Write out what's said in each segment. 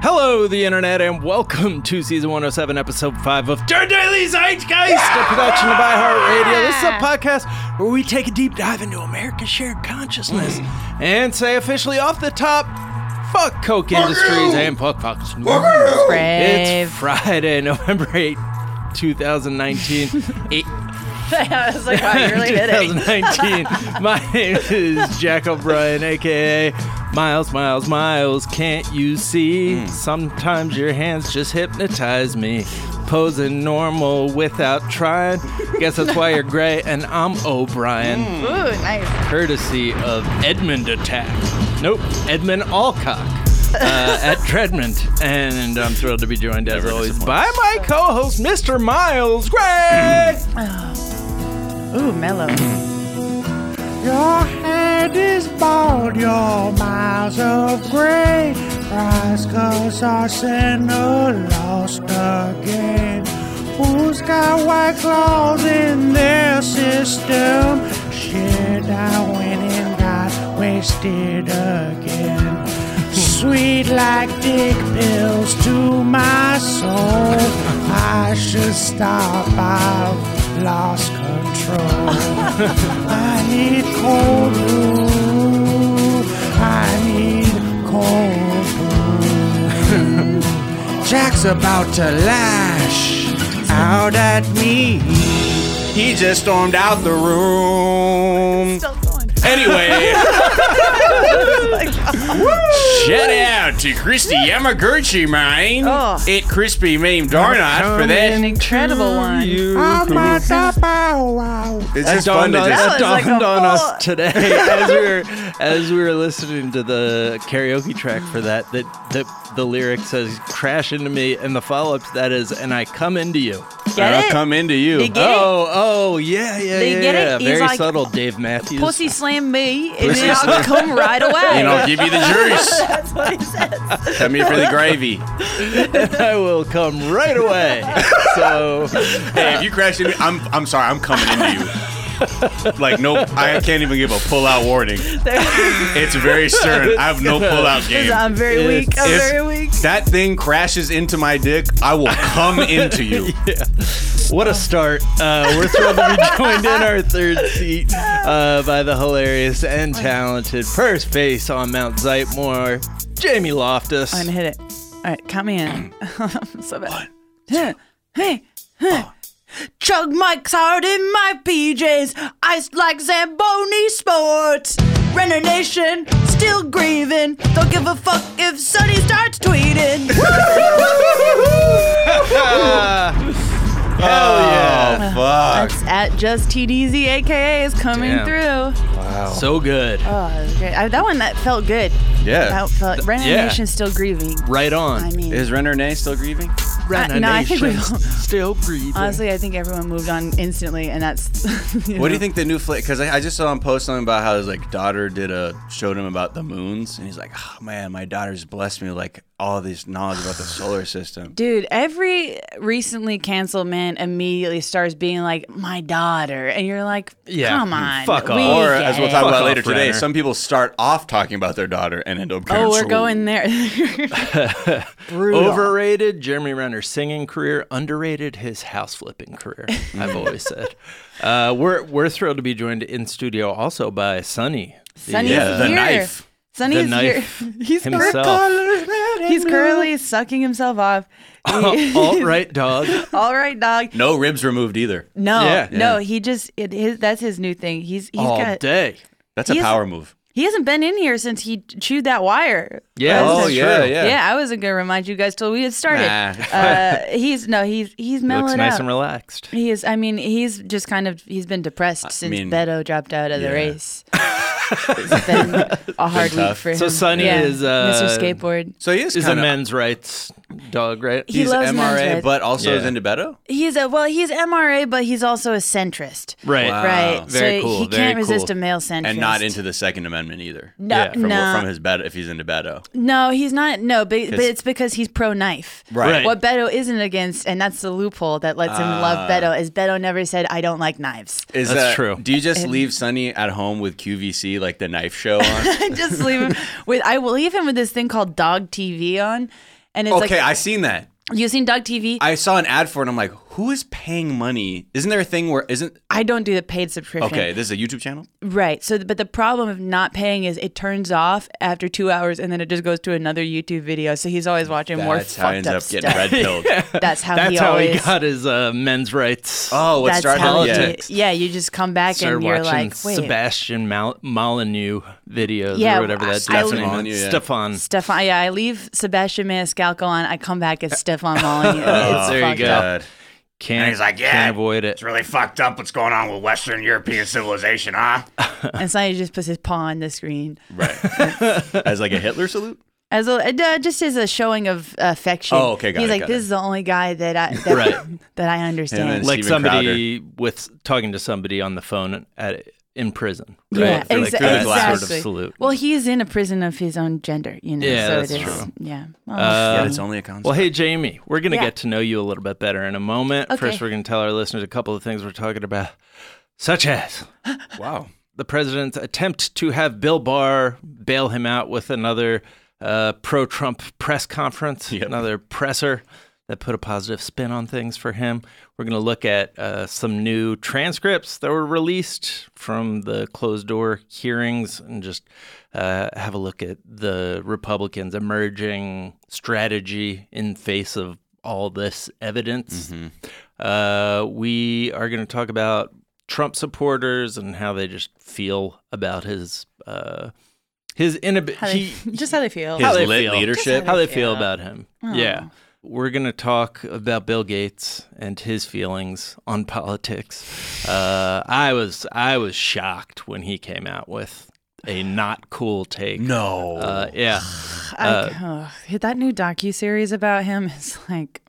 Hello, the internet, and welcome to season 107, episode 5 of Dirt Daily Zeitgeist, a production of iHeartRadio. This is a podcast where we take a deep dive into America's shared consciousness and say officially off the top, fuck Coke Industries and fuck Fox News. Brave. It's Friday, November 8, 2019. Eight- I was like, wow, you really did it. 2019. My name is Jack O'Brien, aka Miles, Miles, Miles. Can't you see? Hmm. Sometimes your hands just hypnotize me. Posing normal without trying. Guess that's why you're gray and I'm O'Brien. Ooh, nice. Courtesy of Edmund Attack. Nope, Edmund Alcock. uh, at Treadmond, and I'm thrilled to be joined as always by my co-host, Mr. Miles Gray. Ooh, mellow. Your head is bald, your miles of gray. Rise, cause Arsenal lost again. Who's got white claws in their system? Shit, I went and got wasted again. Sweet like dick pills to my soul. I should stop, I've lost control. I need cold brew. I need cold brew. Jack's about to lash out at me. He just stormed out the room. Still going. Anyway, shout out to Christy Yamaguchi, mine. Oh. It crispy meme darnut for An that. incredible one. Oh my god, bow wow. It's That dawned, on, just- that That was like dawned a on full- us today as we were as we were listening to the karaoke track for that that that the lyric says "crash into me" and the follow up to that is "and I come into you." and Get I'll it? come into you. You get it? oh, oh, yeah, yeah, They yeah. get it? yeah. He's Very like, subtle, Dave Matthews. Pussy slam me, and Pussy then I'll slam- come right away. and I'll give you the juice. That's what he said. Come here for the gravy. I will come right away. so Hey, if you crash into me, I'm I'm sorry, I'm coming into you. Like no, I can't even give a pull out warning. It's very stern. I have no pull out game. I'm very It's- weak. I'm it's- very weak. That thing crashes into my dick. I will come into you. What Oh. a start. Uh, we're thrilled to be joined in our third seat uh, by the hilarious and talented first face on Mount Zeitmore, Jamie Loftus. I'm gonna hit it. All right, count me in. I'm so bad. Huh. Hey. Oh. huh. Chug Mike's hard in my PJs, iced like Zamboni Sports. Renner Nation, still grieving. Don't give a fuck if Sonny starts tweeting. Ah, Hell yeah. Oh, Fuck. That's at just TDZ, aka is coming Damn. through. So good. Oh, that was great. I, that one that felt good. Yeah. That felt. Renner yeah. Nation's still grieving. Right on. I mean, Is Renner still grieving? Rana no, I think we- Nation still breathing. honestly, I think everyone moved on instantly, and that's. What do you think the new flick? Because I, I just saw him post something about how his like daughter did a showed him about the moons, and he's like, "Oh man, my daughter's blessed me with like all this knowledge about the solar system." Dude, every recently canceled man immediately starts being like, "My daughter," and you're like, Yeah, "Come on, fuck we off. Or get as we'll it." talk Fuck about off, later today, Renner. some people start off talking about their daughter and end up. Oh, we're canceling. going there. Brutal. Overrated Jeremy Renner's singing career, underrated his house flipping career. I've always said. Uh, we're we're thrilled to be joined in studio also by Sonny. the, Sonny's Yeah, the here. knife. Sonny's The knife here. He's cur- himself, he's currently sucking himself off. alt right dog. All right, dog. No ribs removed either. No, Yeah. no, Yeah. he just it, his, that's his new thing. He's he's all got day. That's a He's- power move. he hasn't been in here since he chewed that wire. Yeah. That's Oh, the yeah, truth. yeah. I wasn't gonna remind you guys till we had started. Nah, it's uh, he's no, he's he's mellowed Looks nice out. and relaxed. He is. I mean, he's just kind of. He's been depressed since mean, Beto dropped out of the yeah. race. it's been a hard week tough. for him. So Sonny is, uh, Mr. Skateboard. So he is, Is a kinda- men's rights dog, right? He He's loves men's MRA, rights. but also Yeah. is into Beto. He's a well. He's MRA, but he's also a centrist. right. Oh, Wow. Right. Very so cool, he very can't cool. resist a male centrist. and not into the Second Amendment either. No, Yeah, From, no, from his Beto, if he's into Beto. no, he's not. No, but, but 'Cause- it's because he's pro knife. Right. What Beto isn't against, and that's the loophole that lets him love Beto, is Beto never said, I don't like knives. Is That's that true. Do you just leave Sonny at home with QVC like the knife show on? I just leave him with I will leave him with this thing called dog TV on. and it's Okay, like I seen that. using Dog TV. I, I saw an ad for it. and I'm like, who is paying money? Isn't there a thing where isn't? don't do the paid subscription. Okay, this is a YouTube channel. Right. So, but the problem of not paying is it turns off after two hours, and then it just goes to another YouTube video. So he's always watching more That's how I fucked ended up, up getting red stuff. pilled. That's how That's he how always. he got his uh, men's rights. Oh, what that's started how yeah. he, yeah. You just come back Started and you're watching like, wait, Sebastian Mal- Molyneux videos Yeah, or whatever I- that I- dude's name Molyneux, is. yeah. Stefan. Stefan. Yeah, I leave Sebastian Maniscalco on. I come back as Stefan Molyneux. It's Oh, there you fucked go. up. God. Can't, And he's like, yeah, can't avoid it. It's really fucked up what's going on with Western European civilization, huh? And so he just puts his paw on the screen As like a Hitler salute. as a uh, just as a showing of affection. Oh, okay, got He's it, like, got this it. is the only guy that I that, Right. that I And then understand. like Steven somebody with talking to somebody on the phone at in prison. Right? Yeah, For, like, exa- that exactly. sort of salute. Well, he is in a prison of his own gender, you know. Yeah, so that's it is. true. Uh, Yeah. Yeah, Oh, it's only a concept. Well, hey, Jamie, we're going to Yeah. get to know you a little bit better in a moment. First, Okay. we're going to tell our listeners a couple of things we're talking about, such as wow. the president's attempt to have Bill Barr bail him out with another uh, pro Trump press conference, another presser that put a positive spin on things for him. We're going to look at uh, some new transcripts that were released from the closed door hearings and just uh, have a look at the Republicans' emerging strategy in face of all this evidence. Uh, we are going to talk about Trump supporters and how they just feel about his uh, his inability, how they- just how they feel. how His they lit feel. leadership. how they feel about him. Oh. Yeah, we're gonna talk about Bill Gates and his feelings on politics. Uh, I was I was shocked when he came out with a not cool take. No. Uh, yeah, I, ugh, that new docu series about him is like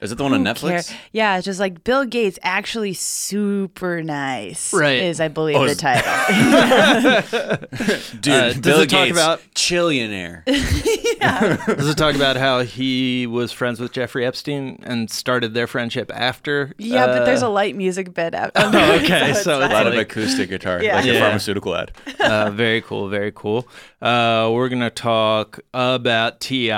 is it the one on who care- Netflix? Yeah, it's just like Bill Gates actually super nice. Right. Is I believe Oh, the is- title. Dude, Uh, does Bill it talk Gates, about- chillionaire. this is talk about how he was friends with Jeffrey Epstein and started their friendship after. yeah, but there's uh, a light music bit out. okay, so a it's lot of like- acoustic guitar, Yeah. like a Yeah. pharmaceutical ad. uh, very cool, very cool. Uh, we're gonna talk about Ti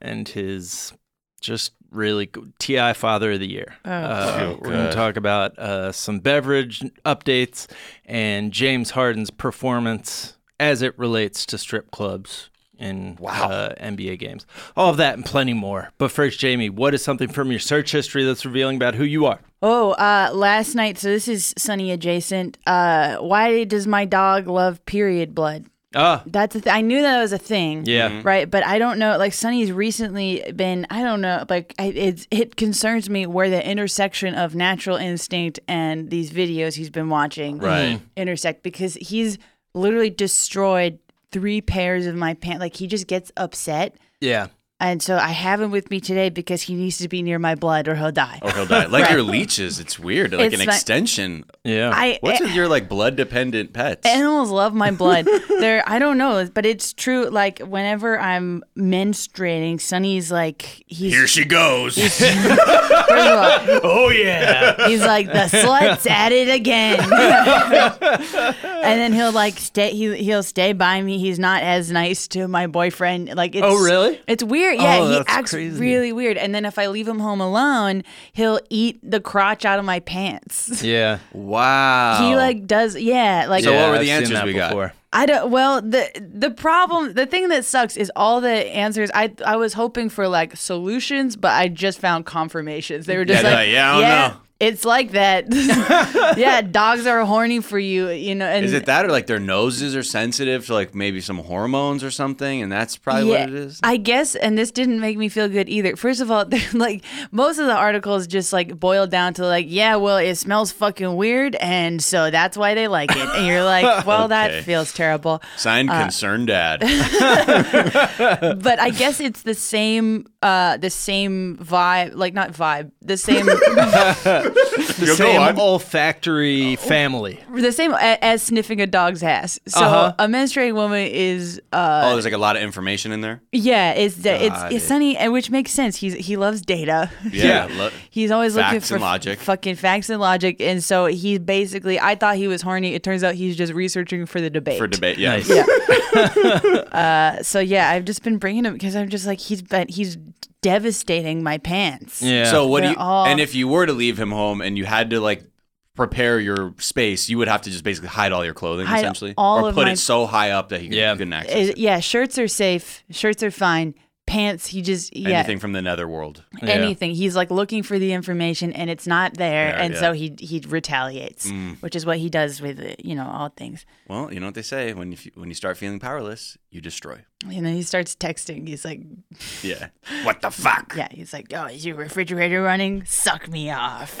and his just really cool, Ti Father of the Year. uh, we're gonna talk about uh, some beverage updates and James Harden's performance as it relates to strip clubs in uh, NBA games. All of that and plenty more. But first, Jamie, what is something from your search history that's revealing about who you are? Oh, uh, last night. So this is Sunny adjacent. Uh, why does my dog love period blood? Ah, That's a th- I knew that was a thing. yeah. Right, but I don't know. Like Sunny's recently been, I don't know. Like I, it, it concerns me where the intersection of natural instinct and these videos he's been watching Right. Hmm. intersect because he's literally destroyed three pairs of my pants. Like he just gets upset, Yeah. and so I have him with me today because he needs to be near my blood or he'll die. Or he'll die. Like your leeches, it's weird. Like It's an like- extension. Yeah. I eh, What's with your like blood dependent pets? animals love my blood. They're I don't know, but it's true. Like whenever I'm menstruating, Sunny's like he's Here she goes. first of all, oh yeah. He's like, the slut's at it again. and then he'll like stay. He he'll stay by me. He's not as nice to my boyfriend. Like, it's, Oh, really? It's weird. Yeah, Oh, he that's acts crazy. really weird. And then if I leave him home alone, he'll eat the crotch out of my pants. yeah. wow. He like does yeah like So what Yeah, were I've the seen answers that we got? before. I don't. Well, the the problem, the thing that sucks is all the answers. I I was hoping for like solutions, but I just found confirmations. They were just Yeah, like, like, yeah, I don't know." it's like that. yeah, dogs are horny for you, you know. And Is it that or like their noses are sensitive to like maybe some hormones or something? And that's probably yeah, what it is? I guess, and this didn't make me feel good either. First of all, they're, like most of the articles just like boiled down to like, yeah, well, it smells fucking weird, and so that's why they like it. And you're like, well, Okay. that feels terrible. Signed uh, concerned dad. but I guess it's the same uh the same vibe like not vibe the same You'll go same on. Oh. olfactory family. the same a- as sniffing a dog's ass. So Uh-huh. a menstruating woman is uh Oh, there's like a lot of information in there. yeah is the, it's Got it's it. sunny and which makes sense. He's he loves data. Yeah. Yeah. lo- He's always looking Facts for and logic. fucking facts and logic, and so he basically. I thought he was horny. It turns out he's just researching for the debate. for debate. Yeah. Nice. So yeah, I've just been bringing him because I'm just like he's been he's devastating my pants. Yeah. So what do They're you? all- And if you were to leave him home and you had to like prepare your space, you would have to just basically hide all your clothing Hide essentially, all or of put my- it so high up that he Yeah. couldn't access Uh, yeah, shirts are safe. Shirts are fine. Pants, he just yeah. anything from the netherworld. Yeah. anything. He's like looking for the information and it's not there, There, and yeah. Mm. so he he retaliates, which is what he does with uh, you know all things. Well, you know what they say when you, when you start feeling powerless, you destroy. And then he starts texting. He's like, Yeah. What the fuck? yeah, he's like, oh, is your refrigerator running? Suck me off.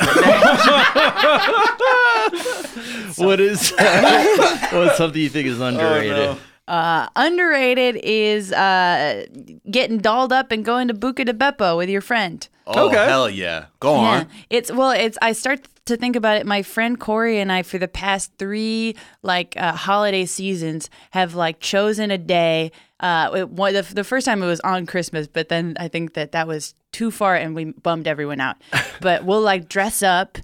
What is that? What's something you think is Oh, underrated? uh, underrated is uh, getting dolled up and going to Buca de Beppo with your friend. Oh Okay. hell yeah! Go Yeah, on. it's well, it's I start to think about it. My friend Corey and I, for the past three like uh, holiday seasons, have like chosen a day. Uh, it, one, the, the first time it was on Christmas, but then I think that that was too far and we bummed everyone out. but we'll like dress up.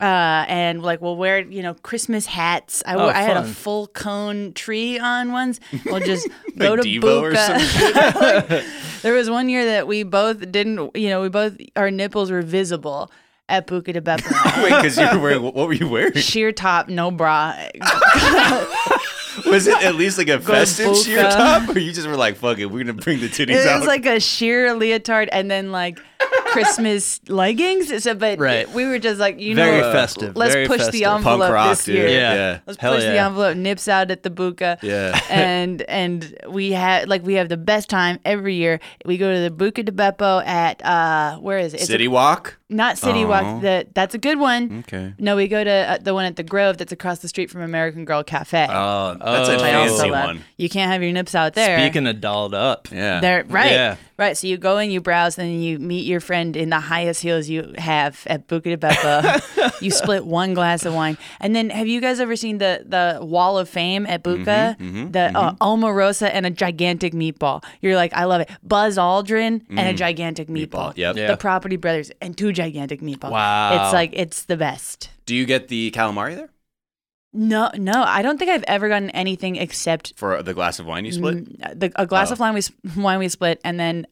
Uh, and like we'll wear you know Christmas hats. Oh, I, wore- I had a fun. full cone tree on once. We'll just go to Devo or Buca. some There was one year that we both didn't, you know, we both, our nipples were visible at Buca de Beppo. Wait, because you were wearing what were you wearing? Sheer top, no bra. Was it at least like a festive sheer Golboka. top, or you just were like, "Fuck it, we're gonna bring the titties It out"? was like a sheer leotard and then like Christmas leggings. So, but Right. we were just like, you Very know, festive, let's very push the festive. Punk envelope punk rock, this dude. year. Yeah. yeah. Let's Hell push the um, yeah. envelope, nips out at the Buca. Yeah. and and we had like we have the best time every year. We go to the Buca de Beppo at uh where is it? It's a- City walk. not City Oh. Walk. The, that's a good one. Okay. No, we go to uh, the one at the Grove that's across the street from American Girl Cafe. Oh, that's a Oh. which Uh, I also fancy love. one. You can't have your nips out there. Speaking of dolled up. Yeah. They're- right, Yeah. right. So you go and you browse, then you meet your friend in the highest heels you have at Buca de Beppo. you split one glass of wine, and then have you guys ever seen the the Wall of Fame at Buca? Mm-hmm, the uh, Omarosa and a gigantic meatball. You're like, I love it. Buzz Aldrin and a Mm. gigantic meatball. Meatball, yep. Yeah. The Property Brothers and two gigantic meatballs. Wow. It's like it's the best. Do you get the calamari there No, no, I don't think I've ever gotten anything except for the glass of wine you split? Mm, the, a Oh. glass of wine we s- wine we split, and then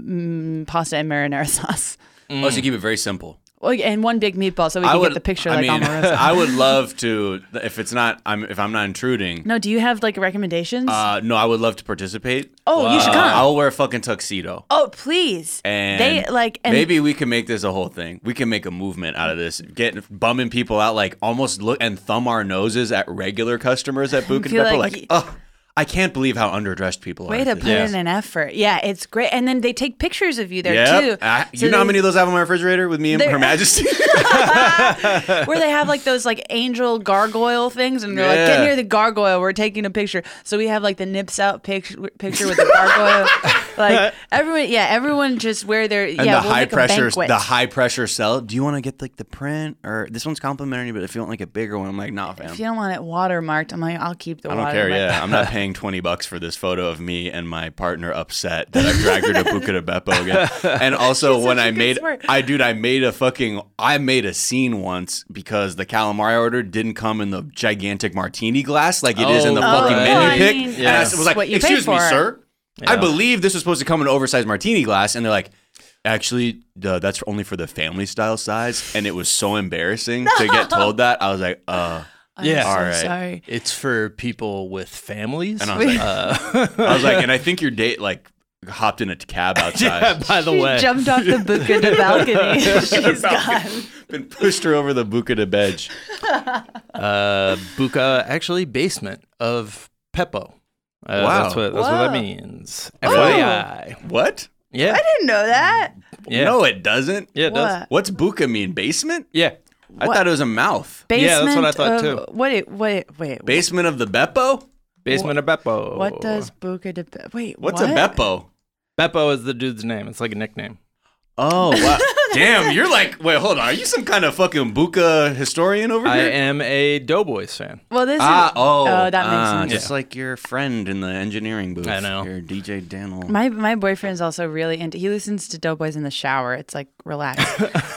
mm, pasta and marinara sauce. Oh, so mm, you keep it very simple. Oh, yeah, and one big meatball, so we can get the picture I like mean, Omarosa. I would love to if it's not I'm if I'm not intruding. no, do you have like recommendations? Uh, no, I would love to participate. oh, you should Uh, come. I'll wear a fucking tuxedo. oh, please. And they like and maybe we can make this a whole thing. We can make a movement out of this. Get bumming people out, like almost look and thumb our noses at regular customers at Book and Feel Pepper, like like, y- oh, I can't believe how underdressed people are. way at to this." put in an effort. Yeah, it's great. And then they take pictures of you there Yep. too. I- you So know how they- many of those I have on my refrigerator with me and They're- Her Majesty? where they have like those like angel gargoyle things, and they're like, Yeah. get near the gargoyle. We're taking a picture. So we have like the nips out picture picture with the gargoyle. like everyone, yeah, everyone just wear their and yeah. the we'll high make a pressure, banquet. the high pressure sell. Do you want to get like the print or this one's complimentary? But if you want like a bigger one, I'm like, nah, fam. If you don't want it watermarked, I'm like, I'll keep the I water. don't care. Yeah, I'm not paying 20 bucks for this photo of me and my partner upset that I dragged her to Buca de Beppo again. And also when such a I good made, sport. I dude, I made a fucking, I made a scene once because the calamari order didn't come in the gigantic martini glass like it is in the Oh, fucking right. menu Oh, I pick. mean, And I Yeah. was like, what you paid excuse me, for." sir. I believe this was supposed to come in an oversized martini glass, and they're like. Actually, uh, that's only for the family style size, and it was so embarrassing to get told that. I was like, "Uh," I'm Yeah. so All right. sorry. It's for people with families. Uh, and I was like, I was like, and I think your date like hopped in a cab outside. by the She way. jumped off the Buca de balcony. She's gone. and pushed her over the buca de bench. uh, Buca, actually, basement of Peppo. Uh, Wow. Oh. That's, what, that's what that Whoa. means. FYI. What? Yeah. I didn't know that. yeah. No, it doesn't. Yeah, it does. What? What's buca mean? Basement? Yeah. I thought it was a mouth. Basement Yeah, that's what I thought, of, too. What? It, what? It, wait. Basement of the Beppo? Basement of Beppo. what does Buca de Beppo? Wait. What's what? a Beppo? Beppo is the dude's name. It's like a nickname. Oh, wow. Damn, you're like, wait, hold on. Are you some kind of fucking buca historian over I here? am a Doughboys fan. Well, this Ah, is. oh, oh, that makes ah, sense. Just like your friend in the engineering booth. I know. Your DJ Daniel. My my boyfriend's also really into. He listens to Doughboys in the shower. It's like relax.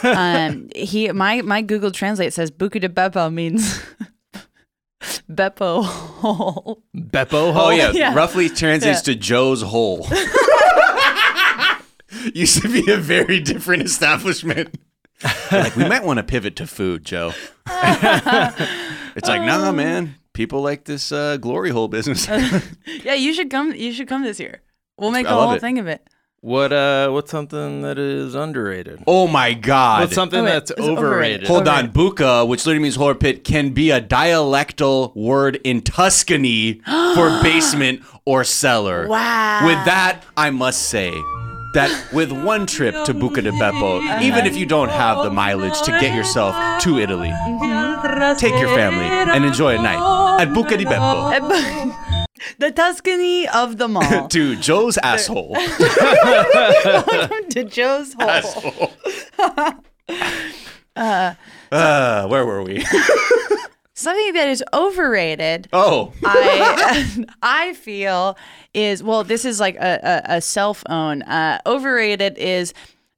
um, he my my Google Translate says Buca de Beppo means Beppo hole. Beppo Oh Hall? yeah, yeah. roughly translates to Joe's hole. used to be a very different establishment. like we might want to pivot to food, Joe. it's like, nah, man. People like this uh, glory hole business. Yeah, you should come. You should come this year. We'll make I a love whole it. thing of it. What uh? What's something that is underrated? oh my god. What's something Oh, wait, that's it's overrated. overrated? Hold Okay. on, buka, which literally means horror pit, can be a dialectal word in Tuscany for basement or cellar. Wow. With that, I must say that with one trip to Buca di Beppo, even if you don't have the mileage to get yourself to Italy, take your family and enjoy a night at Buca di Beppo. the Tuscany of the mall. To Joe's asshole. to Joe's hole. Uh, where were we? Something that is overrated. Oh, I I feel is well, this is like a, a, a cell phone. Uh, overrated is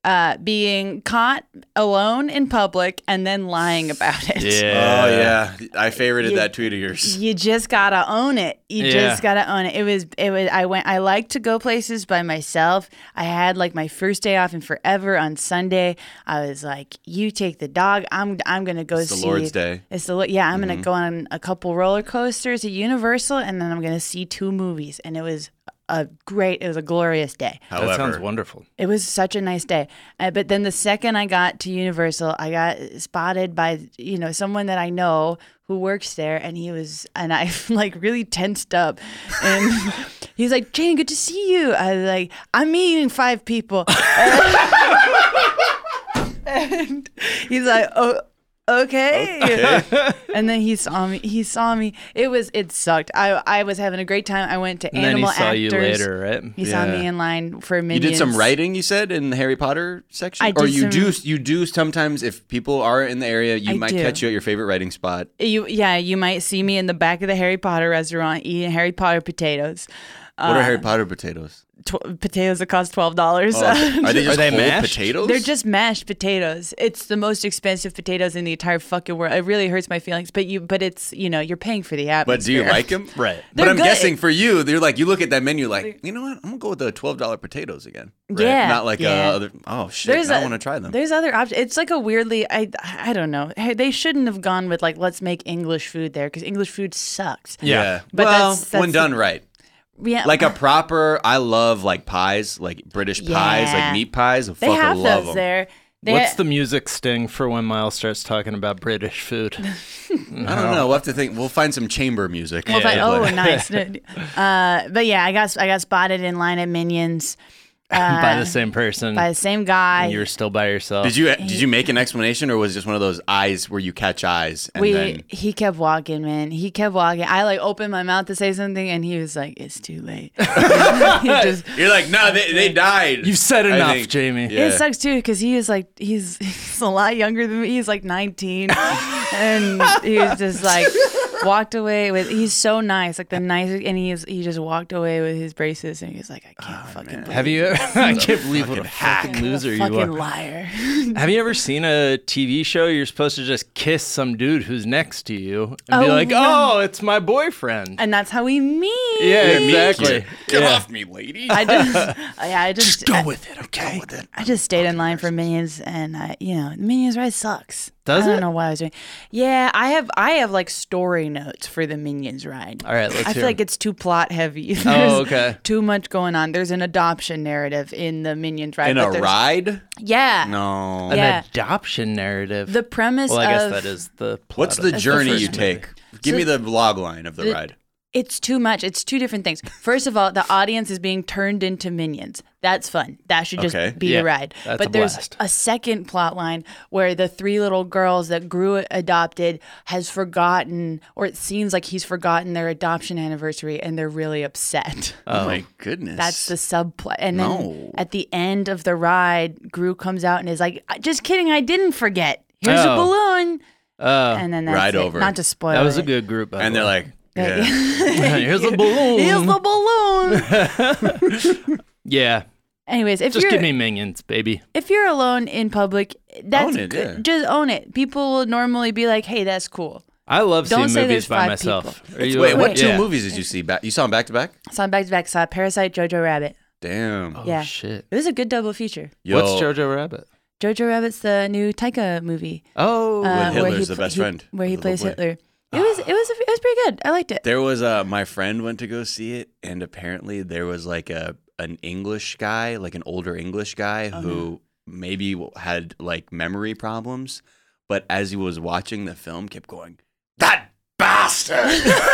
uh, being caught alone in public and then lying about it. Uh, oh yeah, I favorited that tweet of yours. You just gotta own it. You Yeah. just gotta own it. It was it was I went I like to go places by myself. I had like my first day off in forever on Sunday. I was like, you take the dog. I'm I'm gonna go the see Lord's day. Mm-hmm. It's the Lo- yeah, I'm gonna go on a couple roller coasters at Universal and then I'm gonna see two movies. And it was a great it was a glorious day. That sounds However, wonderful. It was such a nice day. Uh, but then the second I got to Universal, I got spotted by, you know, someone that I know who works there and he was and I like really tensed up and he's like, "Jane, good to see you." I was like, "I'm meeting five people." and he's like, "Oh, okay. and then he saw me. He saw me. It was it sucked. I I was having a great time. I went to And then he Animal saw Actors. you later, right? He saw Yeah. me in line for You Minions. did some writing, you said, in the Harry Potter section, I or did you some- do you do sometimes if people are in the area, you I might do. catch you at your favorite writing spot. You yeah, you might see me in the back of the Harry Potter restaurant eating Harry Potter potatoes. Uh, what are Harry Potter potatoes? Tw- potatoes that cost twelve dollars. Oh, are they just Are they whole mashed? potatoes? They're just mashed potatoes. It's the most expensive potatoes in the entire fucking world. It really hurts my feelings, but you but it's you know you're paying for the atmosphere. But do you like them? Right. But They're I'm good. guessing for you, you're like you look at that menu like, you know what? I'm gonna go with the twelve dollar potatoes again. Right? Yeah, Not like uh, yeah. other. Oh shit! I want to try them. There's other options. It's like a weirdly, I I don't know. Hey, They shouldn't have gone with like let's make English food there because English food sucks. Yeah. But well, that's- that's when the- done right, yeah. like a proper. I love like pies, like British pies, Yeah. like meat pies. I they fucking have love those 'em. there. They- What's the music sting for when Miles starts talking about British food? I don't know. We'll have to think. We'll find some chamber music. to Well, play. but- oh, nice. uh, but yeah, I got I got spotted in line at Minions by the same person. Uh, by the same guy. and you're still by yourself. Did you did you make an explanation, or was it just one of those eyes where you catch eyes and we then? he kept walking, man. He kept walking. I like opened my mouth to say something, and he was like, "It's too late." He just- You're like, no, they, they died. You've said I enough, think- Jamie. Yeah. It sucks too because he is like he's he's a lot younger than me. He's like 19, and he was just like walked away with. He's so nice, like the nicest, and he's he just walked away with his braces, and he was like, I Oh, can't fucking believe Have you? I can't believe what a fucking loser fucking you are. liar. Have you ever seen a TV show? You're supposed to just kiss some dude who's next to you and be Oh, like, no. "Oh, it's my boyfriend." and that's how we meet. yeah, me and exactly. Get Yeah. off me, lady. I just, yeah, I just, I, with it, okay? I just stayed in line for minions, and I, you know, minions ride sucks. Does I don't it? know what I was doing. Yeah, I have, I have like story notes for the minions ride. All right, let's hear I feel like it's too plot heavy. There's Oh, okay. Too much going on. There's an adoption narrative in the minions ride. In but a there's- ride? Yeah. No. An Yeah. adoption narrative. The premise well, I guess of that is the. Plot What's of the it. journey first you movie. take? Give So- me the log line of the ride. It's too much. It's two different things. First of all, the audience is being turned into minions. That's fun. That should just Okay. be Yeah, the ride. that's a but there's blast. a second plot line where the three little girls that grew adopted has forgotten, or it seems like he's forgotten their adoption anniversary, and they're really upset. Oh, my goodness. That's the subplot. And then No. at the end of the ride, Gru comes out and is like, "I- "Just kidding, I didn't forget. Here's a Oh. balloon." Oh, And then that's Ride it. over. Not to spoil. that was it. a good group. by And the they're way. like, yeah. "Here's a balloon." Here's the balloon. yeah, Anyways, if just you're give me minions, baby. if you're alone in public, that's Own it, good. yeah. just own it. People will normally be like, "Hey, that's cool." I love Don't say seeing movies there's by five myself. Are you Wait, what yeah. two movies did you see back? You saw them back to back? So I'm back to back. Saw Parasite, Jojo Rabbit. Damn. Oh, Yeah. shit. It was a good double feature. Yo, What's Jojo Rabbit? Jojo Rabbit's the new Taika movie. Oh, uh, Hitler's where he the pl- best he- friend Where he of the plays boy. Hitler. It was it was it was pretty good. I liked it. There was a my friend went to go see it, and apparently there was like a an English guy, like an older English guy Oh, who maybe w- had like memory problems, but as he was watching the film, kept going that bastard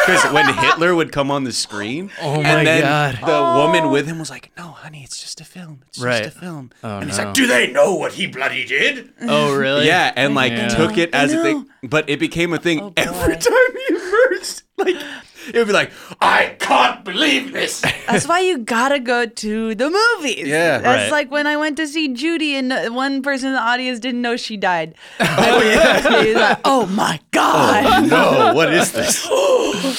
because when Hitler would come on the screen, Oh my and then God. Oh. the woman with him was like, "No, honey, it's just a film. It's Right. just a film." Oh, and he's no. like, "Do they know what He bloody did. oh really? yeah, and like Yeah. took it as a thing, know. but it became a thing Oh, every boy. time he emerged. Like it would be like, I can't believe this. That's why you gotta go to the movies. Yeah. Right. that's like when I went to see Judy, and uh, one person in the audience didn't know she died. oh yeah, oh my god. no, what is this?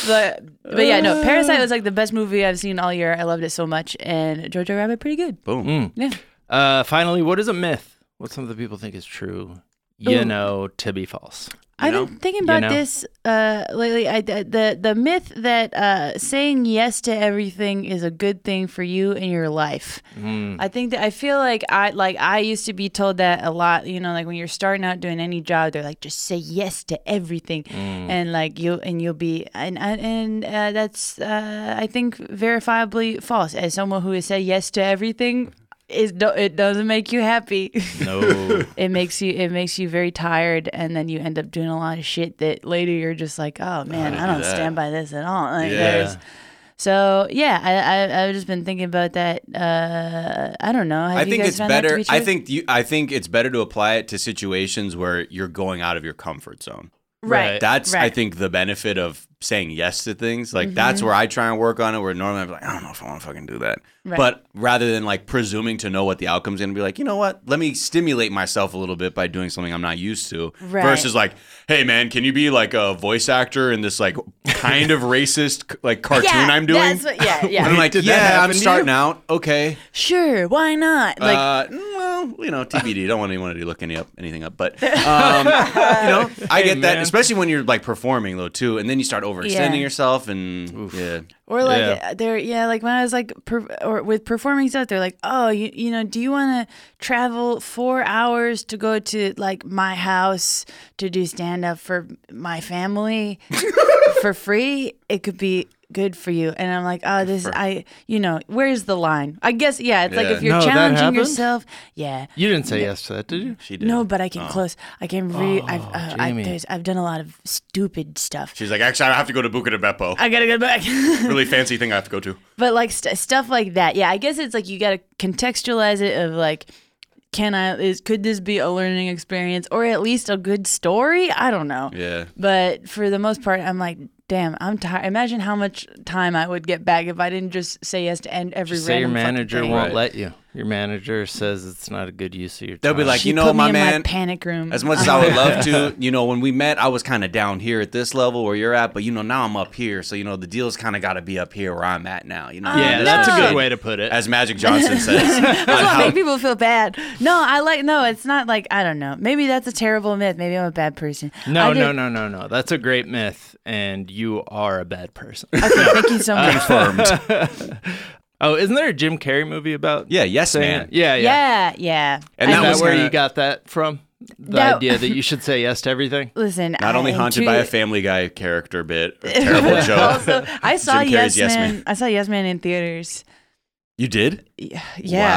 But but yeah, no, Parasite was like the best movie I've seen all year. I loved it so much, and Jojo Rabbit pretty good. Boom. Yeah, Uh, finally, what is a myth? What some of the people think is true, you Ooh. know, to be false. I've know? been thinking about know? this uh, lately. I, the the- the myth that uh, saying yes to everything is a good thing for you and your life. I think that I feel like I like I used to be told that a lot. You know, like when you're starting out doing any job, they're like, just say yes to everything, and like you and you'll be and and- and uh, that's uh, I think verifiably false. As someone who has said yes to everything, is do- it doesn't make you happy. No. it makes you it makes you very tired and then you end up doing a lot of shit that later you're just like oh man i don't stand by this at all Like, there's- so yeah I, I i've just been thinking about that uh i don't know Have I you think guys it's found that to better. be I true? think you. I think it's better to apply it to situations where you're going out of your comfort zone. Right. That's I Right. Mm-hmm. think the benefit of saying yes to things. Like that's where I try and work on it. Where normally I'm like, I don't know if I want to fucking do that. Right. But rather than like presuming to know what the outcome's gonna be, like you know what? Let me stimulate myself a little bit by doing something I'm not used to. Right. Versus like, hey man, can you be like a voice actor in this like kind of racist like cartoon yeah, I'm doing? that's what- yeah I'm yeah like, Did that yeah, happen I'm to you?" starting out. Okay. sure why not like uh, mm, well, you know, TBD. Don't want anyone to look any up, anything up, but um, you know, I get that, man. especially when you're like performing though too, and then you start overextending Yeah. yourself, and yeah, Or like Yeah. uh, they're yeah, like when I was like per, or with performing stuff, they're like, oh, you you know, do you want to travel four hours to go to like my house to do stand up for my family for free? It could be good for you. And I'm like, oh, this I you know, where's the line? I guess yeah, it's like Yeah. if you're No, that challenging happened? yourself, yeah. you didn't say yes to that, did you? she did. No, but I came close. I came re. I've, uh, I, Jamie. there's, I've done a lot of stupid stuff. She's like, actually, I have to go to Buca Beppo. I gotta go back. really fancy thing I have to go to. but like st- stuff like that yeah i guess it's like you got to contextualize it of like can i is could this be a learning experience or at least a good story i don't know Yeah. but for the most part i'm like damn i'm tired imagine how much time i would get back if i didn't just say yes to end every Just say your random fucking manager thing. won't Right. let you. Your manager says it's not a good use of your They'll time. be like, she you know, put me my in man. my panic room as much as I would love to, you know, when we met, I was kind of down here at this level where you're at, but you know, now I'm up here, so you know, the deal's kind of got to be up here where I'm at now. You know, yeah, Oh, This that's a is good good. way to put it. As Magic Johnson says, Uh, on That's what how- make people feel bad. No, I like no. It's not like I don't know. Maybe that's a terrible myth. Maybe I'm a bad person. no, I no, did- no, no, no. That's a great myth, and you are a bad person. Okay, thank you so Uh, much. oh, isn't there a Jim Carrey movie about? yeah, yes, saying man. it? Yeah, yeah. yeah, yeah. And I Is that, that mean- was where kinda- you got that from? The That- idea that you should say yes to everything. Listen, Not I only am haunted too- by a Family Guy character bit, a terrible joke. also, I saw Jim Carrey's Yes, Yes Man. Man. I saw Yes Man in theaters. You did? Yeah,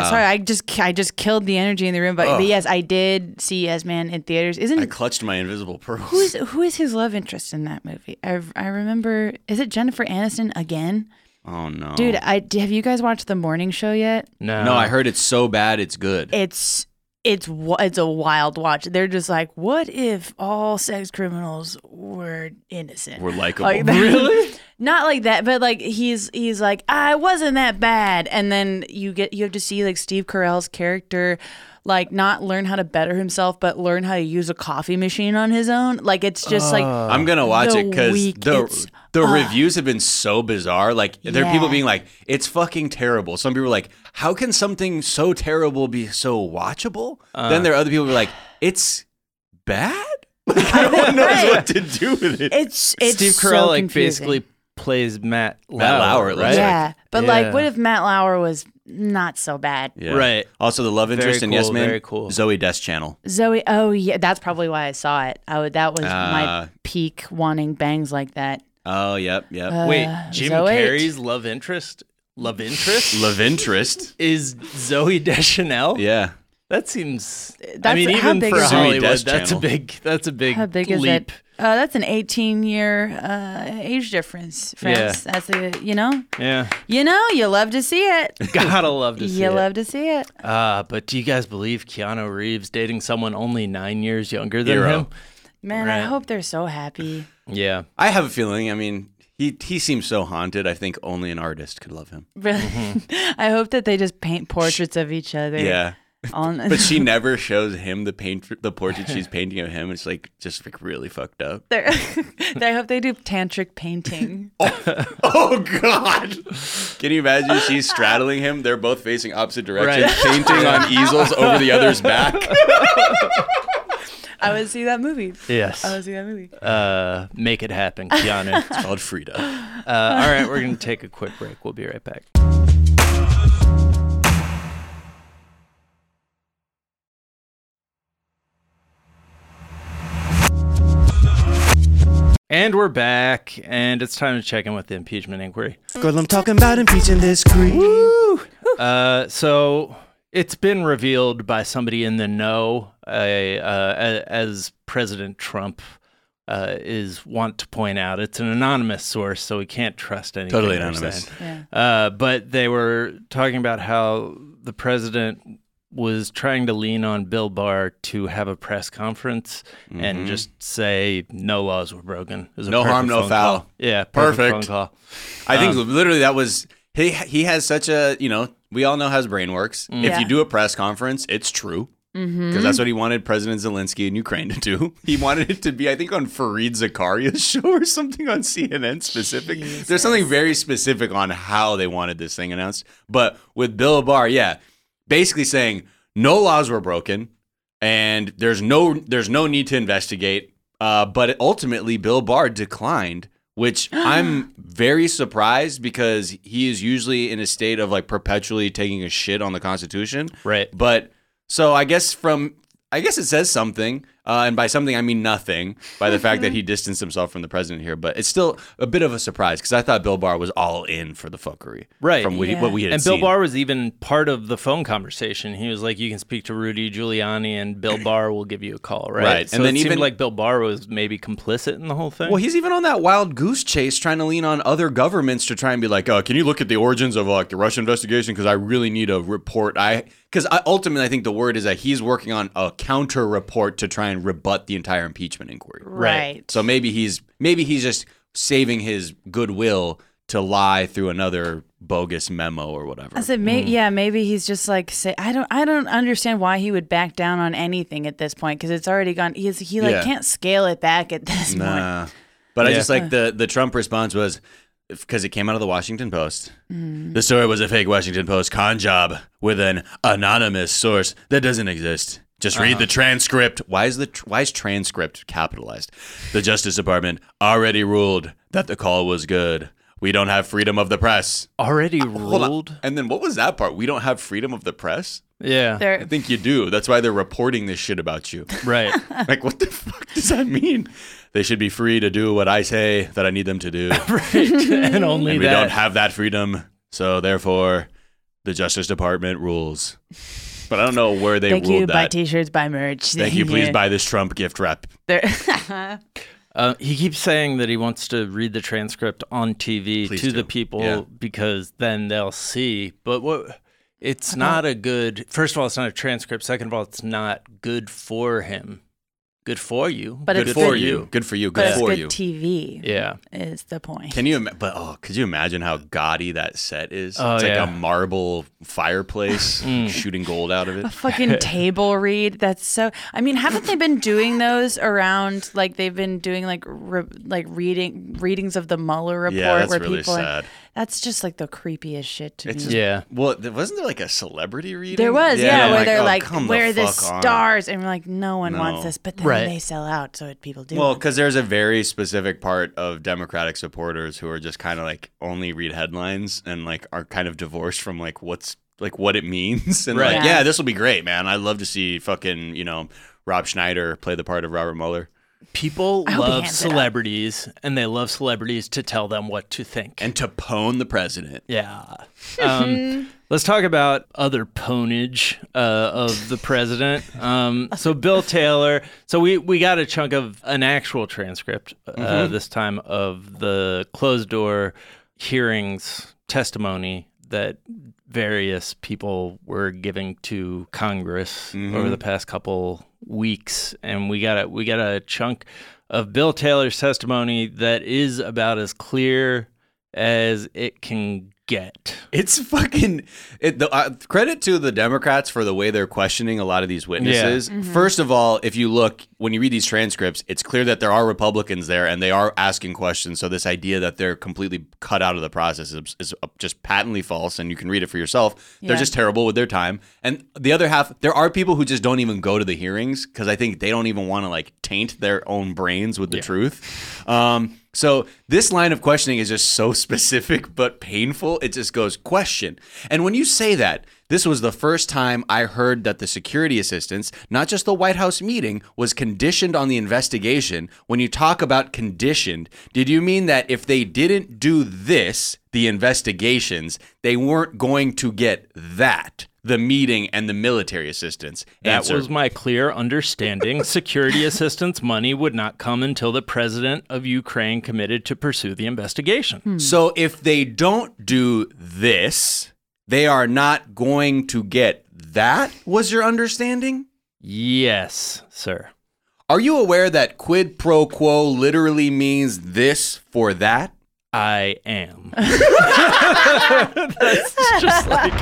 Wow. sorry, I just I just killed the energy in the room, but, but yes, I did see Yes Man in theaters. I Isn't clutched my invisible pearls. who is who is his love interest in that movie? I, I remember. Is it Jennifer Aniston again? oh no, Dude, I d- have you guys watched the morning show yet? No, No, I heard it's so bad it's good. It's it's wi- it's a wild watch. They're just like, what if all sex criminals were innocent? We're likable. like that. really not like that but like he's he's like i wasn't that bad and then you get you have to see like steve carell's character like not learn how to better himself but learn how to use a coffee machine on his own like it's just like Ah. I'm gonna watch the it because week, the it's- the reviews have been so bizarre. Like there are people Yeah. being like, "It's fucking terrible." Some people are like, "How can something so terrible be so watchable?" Uh. then there are other people who are like, "It's bad." Like, no one knows Right. what to do with it. it's it's Steve so Carell like confusing. basically plays Matt Lauer, Matt Lauer, it looks right? like. yeah but like Yeah. what if matt lauer was not so bad. Yeah. Right. Also, the love interest in Yes cool, Man, very cool. Zoe Desk channel. Zoe, oh yeah, that's probably why I saw it. I would, that was Ah. my peak wanting bangs like that. Oh, yep, yep. Wait, Uh, Jim Zoe- Carrey's love interest, love interest love interest. is Zoe Deschanel. Yeah. That seems. I That's- mean, how even big for is it? Zooey Hollywood, Desk that's a Channel. big. That's a big. How big leap. is it? Uh, that's an 18 year uh, age difference, friends. That's a, you know, Yeah, you know, you love to see it. gotta love to see you it. love to see it. Uh, but do you guys believe Keanu Reeves dating someone only nine years younger than Hero. him? Man, I Right. hope they're so happy. Yeah. I have a feeling. I mean, he he seems so haunted. I think only an artist could love him. Really, I hope that they just paint portraits of each other. Yeah. on- But she never shows him the paint, the portrait she's painting of him. It's like just like really fucked up. They're- I hope they do tantric painting. Oh God! Can you imagine? She's straddling him. They're both facing opposite directions, Right. painting on easels over the other's back. I would see that movie. Yes. I would see that movie. Uh, make it happen, Keanu. It's called Frida. Uh, all right, we're going to take a quick break. We'll be right back. And we're back, and it's time to check in with the impeachment inquiry. Girl, I'm talking about impeaching this creep. Uh, so it's been revealed by somebody in the know, uh, uh, a- as President Trump uh, is want to point out. It's an anonymous source, so we can't trust anything. Totally they're anonymous. saying. Yeah. Uh, but they were talking about how the president was trying to lean on Bill Barr to have a press conference and just say no laws were broken. It was a Mm-hmm. No harm, perfect no phone foul. call. Yeah, perfect, Perfect. phone call. I think Um, literally that was he. He has such a you know. We all know how his brain works. If Yeah. you do a press conference, it's true. Because that's what he wanted President Zelensky in Ukraine to do. He wanted it to be, I think, on Fareed Zakaria's show or something on CNN specific. There's something very specific on how they wanted this thing announced. But with Bill Barr, yeah, basically saying no laws were broken and there's no there's no need to investigate. Uh, but ultimately, Bill Barr declined, which I'm very surprised because he is usually in a state of like perpetually taking a shit on the Constitution. Right. But so I guess from I guess it says something, uh, and by something I mean nothing. By the fact that he distanced himself from the president here, but it's still a bit of a surprise because I thought Bill Barr was all in for the fuckery, Right. From what, he, Yeah. what we had and Bill seen. Barr was even part of the phone conversation. He was like, "You can speak to Rudy Giuliani, and Bill Barr will give you a call." Right. Right. So And it then seemed even- like Bill Barr was maybe complicit in the whole thing. Well, he's even on that wild goose chase, trying to lean on other governments to try and be like, uh, "Can you look at the origins of like the Russia investigation? Because I really need a report." I because I, ultimately I think the word is that he's working on a counter report to try and rebut the entire impeachment inquiry. Right. Right. So maybe he's maybe he's just saving his goodwill to lie through another bogus memo or whatever. I said, Mm. may- yeah, maybe he's just like say, I don't, I don't understand why he would back down on anything at this point because it's already gone. He's, he like Yeah. can't scale it back at this point. Nah. But I Yeah. just like the the Trump response was because it came out of the Washington Post. The story was a fake Washington Post con job with an anonymous source that doesn't exist. Just read the transcript. Why is the tr- why is transcript capitalized? The Justice Department already ruled that the call was good. We don't have freedom of the press. already Uh, Hold on. ruled. And then what was that part? We don't have freedom of the press? Yeah. I There, think you do. That's why they're reporting this shit about you. Right. like, what the fuck does that mean? They should be free to do what I say that I need them to do. and only and we that. don't have that freedom. So, therefore, the Justice Department rules. But I don't know where they thank ruled you. Buy that. t-shirts, buy merch. Thank you. Please Yeah. buy this Trump gift wrap. There- Uh, he keeps saying that he wants to read the transcript on TV Please to do. the people Yeah. because then they'll see. But what? It's Uh-huh. not a good. First of all, it's not a transcript. Second of all, it's not good for him. Good for you. But good it's for good- you. Good for you. but Good it's for good you. TV Yeah. is the point. Can you? Ima- but oh, could you imagine how gaudy that set is? Oh, it's like yeah. a marble fireplace shooting gold out of it. A fucking table read. That's so. I mean, haven't they been doing those around? Like they've been doing like re, like reading readings of the Mueller report Yeah, that's where really people. are- sad. that's just like the creepiest shit to It's me. just- Yeah. Well, there, wasn't there like a celebrity reading? There was, yeah, I'm where they're oh, like, come where the, fuck on." stars? And we're like, no one No. wants this, but then Right. they sell out, so it, people do. Well, want because there's a very specific part of Democratic supporters who are just kind of like only read headlines and like are kind of divorced from like what's like what it means and Right. like, Yeah. yeah, this will be great, man. I'd love to see fucking, you know, Rob Schneider play the part of Robert Mueller. People hope he love hands it up. celebrities, and they love celebrities to tell them what to think. And to pone the president. yeah. Um, let's talk about other ponage uh, of the president. Um, so Bill Taylor. So we we got a chunk of an actual transcript uh, this time of the closed door hearings testimony that various people were giving to Congress over the past couple weeks, and we got a we got a chunk of Bill Taylor's testimony that is about as clear as it can get. It's fucking it, the, uh, credit to the Democrats for the way they're questioning a lot of these witnesses. First of all, if you look when you read these transcripts, it's clear that there are Republicans there and they are asking questions. So this idea that they're completely cut out of the process is, is just patently false, and you can read it for yourself. They're Yeah. just terrible with their time. And the other half, there are people who just don't even go to the hearings because I think they don't even want to like taint their own brains with the truth. Um, so this line of questioning is just so specific but painful. It just goes question. And when you say that, this was the first time I heard that the security assistance, not just the White House meeting, was conditioned on the investigation. When you talk about conditioned, did you mean that if they didn't do this, the investigations, they weren't going to get that? The meeting and the military assistance. That Answer. was my clear understanding. Security assistance money would not come until the president of Ukraine committed to pursue the investigation. So if they don't do this, they are not going to get that, was your understanding? Yes, sir. Are you aware that quid pro quo literally means this for that? I am. That's just like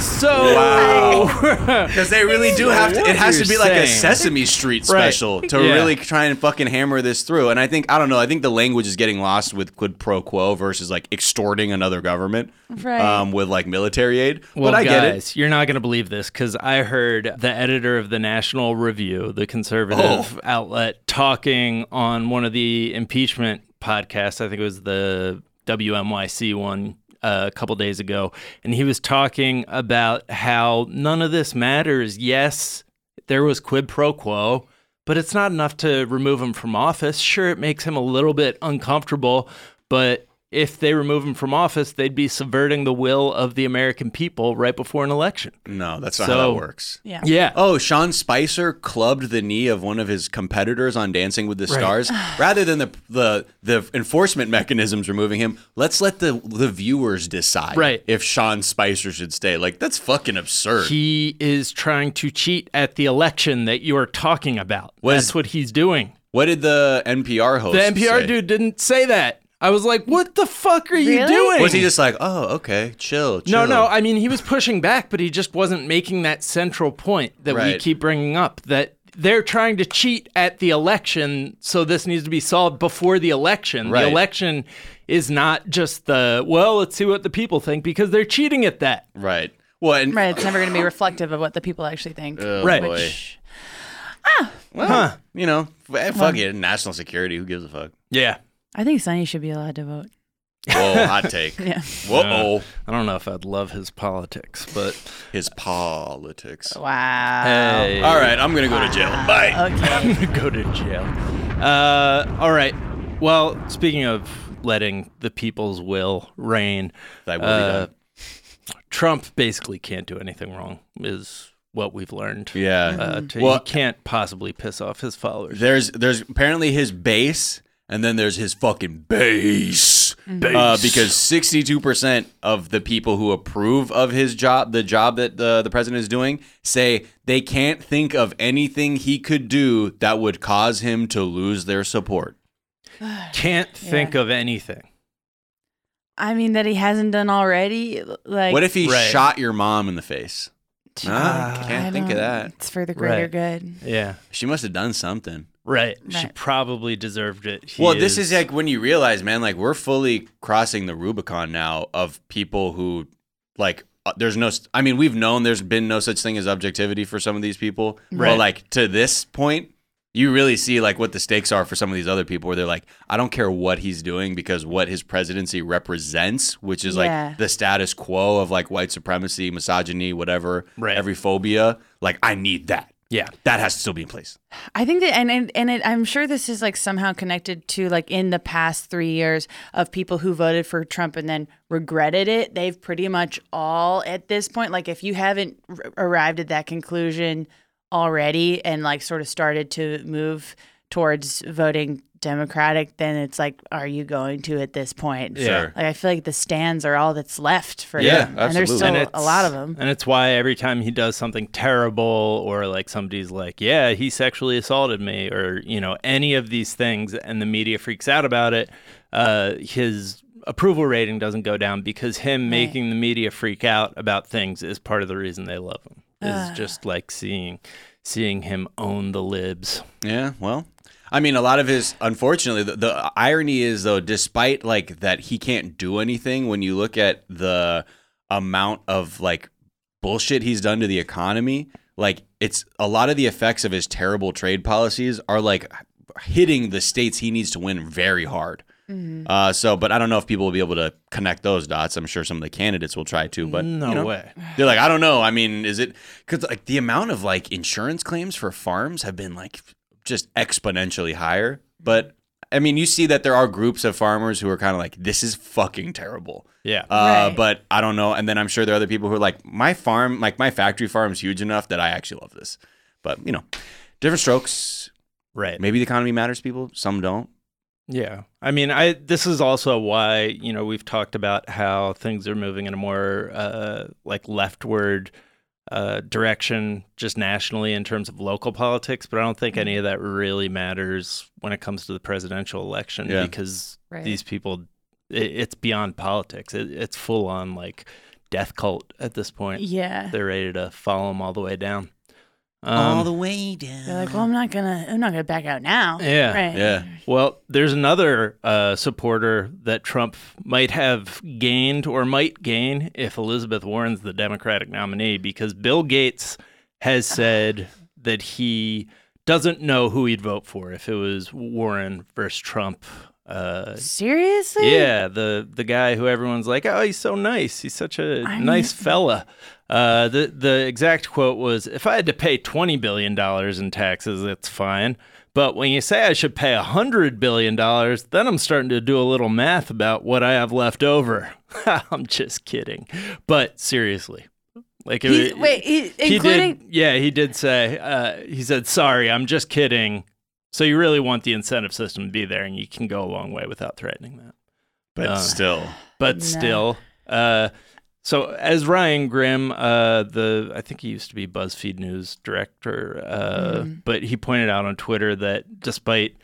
so. Because they really do have to. It has to be like a saying. Sesame Street Right. special to Yeah. really try and fucking hammer this through. And I think I don't know. I think the language is getting lost with quid pro quo versus like extorting another government Right. um, with like military aid. Well, but I guys, get it. you're not going to believe this because I heard the editor of the National Review, the Oh. conservative outlet, talking on one of the impeachment podcasts. I think it was the WMYC one uh, a couple days ago. And he was talking about how none of this matters. Yes, there was quid pro quo, but it's not enough to remove him from office. Sure, it makes him a little bit uncomfortable, but if they remove him from office, they'd be subverting the will of the American people right before an election. No, that's not how So- that works. Yeah. Yeah. Oh, Sean Spicer clubbed the knee of one of his competitors on Dancing with the Stars. Rather than the, the the enforcement mechanisms removing him, let's let the the viewers decide Right. if Sean Spicer should stay. Like that's fucking absurd. He is trying to cheat at the election that you are talking about. Was- That's what he's doing. what did the NPR host? The NPR say? dude didn't say that. I was like, what the fuck are you Really? doing? was he just like, oh, okay, chill, chill. No, no. I mean, he was pushing back, but he just wasn't making that central point that we Right. keep bringing up that they're trying to cheat at the election. So this needs to be solved before the election. Right. The election is not just the, well, let's see what the people think because they're cheating at that. right. Well, and Right. It's never going to be reflective of what the people actually think. right. Oh, boy. Which- well, you know, f- eh, fuck it, national security. Who gives a fuck? Yeah. I think Sonny should be allowed to vote. Whoa, hot take. Yeah. Whoa, oh, I don't know if I'd love his politics, but his politics. Oh, Wow. Uh, hey. Um, All right, I'm gonna go to jail. Bye. Okay. go to jail. Uh, all right. Well, speaking of letting the people's will reign, Thy will be Uh, done. Trump basically can't do anything wrong, is what we've learned. Yeah. Uh, to, Mm-hmm. Well- he can't possibly piss off his followers. There's there's apparently his base, and then there's his fucking base. Uh, because 62% of the people who approve of his job, the job that the, the president is doing, say they can't think of anything he could do that would cause him to lose their support. Can't think of anything. I mean, that he hasn't done already. Like, what if he Right. shot your mom in the face? Chuck, Ah, can't I think of don't- that. It's for the greater Right. good. Yeah. She must have done something. Right. She Right. probably deserved it. He well, this is like when you realize, man, like we're fully crossing the Rubicon now of people who, like, uh, there's no, I mean, we've known there's been no such thing as objectivity for some of these people, Right. but like to this point, you really see like what the stakes are for some of these other people where they're like, I don't care what he's doing because what his presidency represents, which is Yeah. like the status quo of like white supremacy, misogyny, whatever, Right. every phobia. Like, I need that. Yeah. That has to still be in place. I think that, and and, and it, I'm sure this is like somehow connected to like in the past three years of people who voted for Trump and then regretted it. They've pretty much all at this point, like if you haven't r- arrived at that conclusion already and like sort of started to move towards voting Democratic, then it's like, are you going to at this point? Yeah. Sure. Like I feel like the stands are all that's left for Yeah, them, and there's absolutely. still And a lot of them. And it's why every time he does something terrible or like somebody's like, yeah, he sexually assaulted me or, you know, any of these things and the media freaks out about it, uh, his approval rating doesn't go down because him making the media freak out about things is part of the reason they love him. Is just like seeing seeing him own the libs. Yeah, well, I mean, a lot of his, unfortunately, the, the irony is though, despite like that he can't do anything, when you look at the amount of like bullshit he's done to the economy, like it's a lot of the effects of his terrible trade policies are like hitting the states he needs to win very hard. Uh, so, but I don't know if people will be able to connect those dots. I'm sure some of the candidates will try to, but No you know, way. they're like, I don't know. I mean, is it because like the amount of like insurance claims for farms have been like just exponentially higher? But I mean, you see that there are groups of farmers who are kind of like, this is fucking terrible. Yeah. Uh, Right. But I don't know. And then I'm sure there are other people who are like, my farm, like my factory farm is huge enough that I actually love this. But you know, different strokes. right. Maybe the economy matters, to people. Some don't. Yeah. I mean, I this is also why, you know, we've talked about how things are moving in a more uh like leftward uh direction just nationally in terms of local politics, but I don't think any of that really matters when it comes to the presidential election Yeah. because Right. these people it, it's beyond politics. It, it's full on like death cult at this point. Yeah. They're ready to follow them all the way down. Um, way They're down. like, "Oh, well, I'm not gonna, I'm not gonna back out now. Yeah. Right. Yeah. Well, there's another uh, supporter that Trump might have gained or might gain if Elizabeth Warren's the Democratic nominee, because Bill Gates has said that he doesn't know who he'd vote for if it was Warren versus Trump. Uh, Seriously? yeah, the the guy who everyone's like, oh, he's so nice. He's such a I nice fella. Uh, the the exact quote was, "If I had to pay twenty billion dollars in taxes, it's fine. But when you say I should pay hundred billion dollars, then I'm starting to do a little math about what I have left over. I'm just kidding, but seriously." Like it, He's, it- wait, he, he including did, yeah, he did say, uh, he said, sorry, I'm just kidding. So you really want the incentive system to be there and you can go a long way without threatening that. But Uh, still. But No. still, uh, so as Ryan Grimm, uh, the I think he used to be BuzzFeed News director, uh, Mm-hmm. but he pointed out on Twitter that despite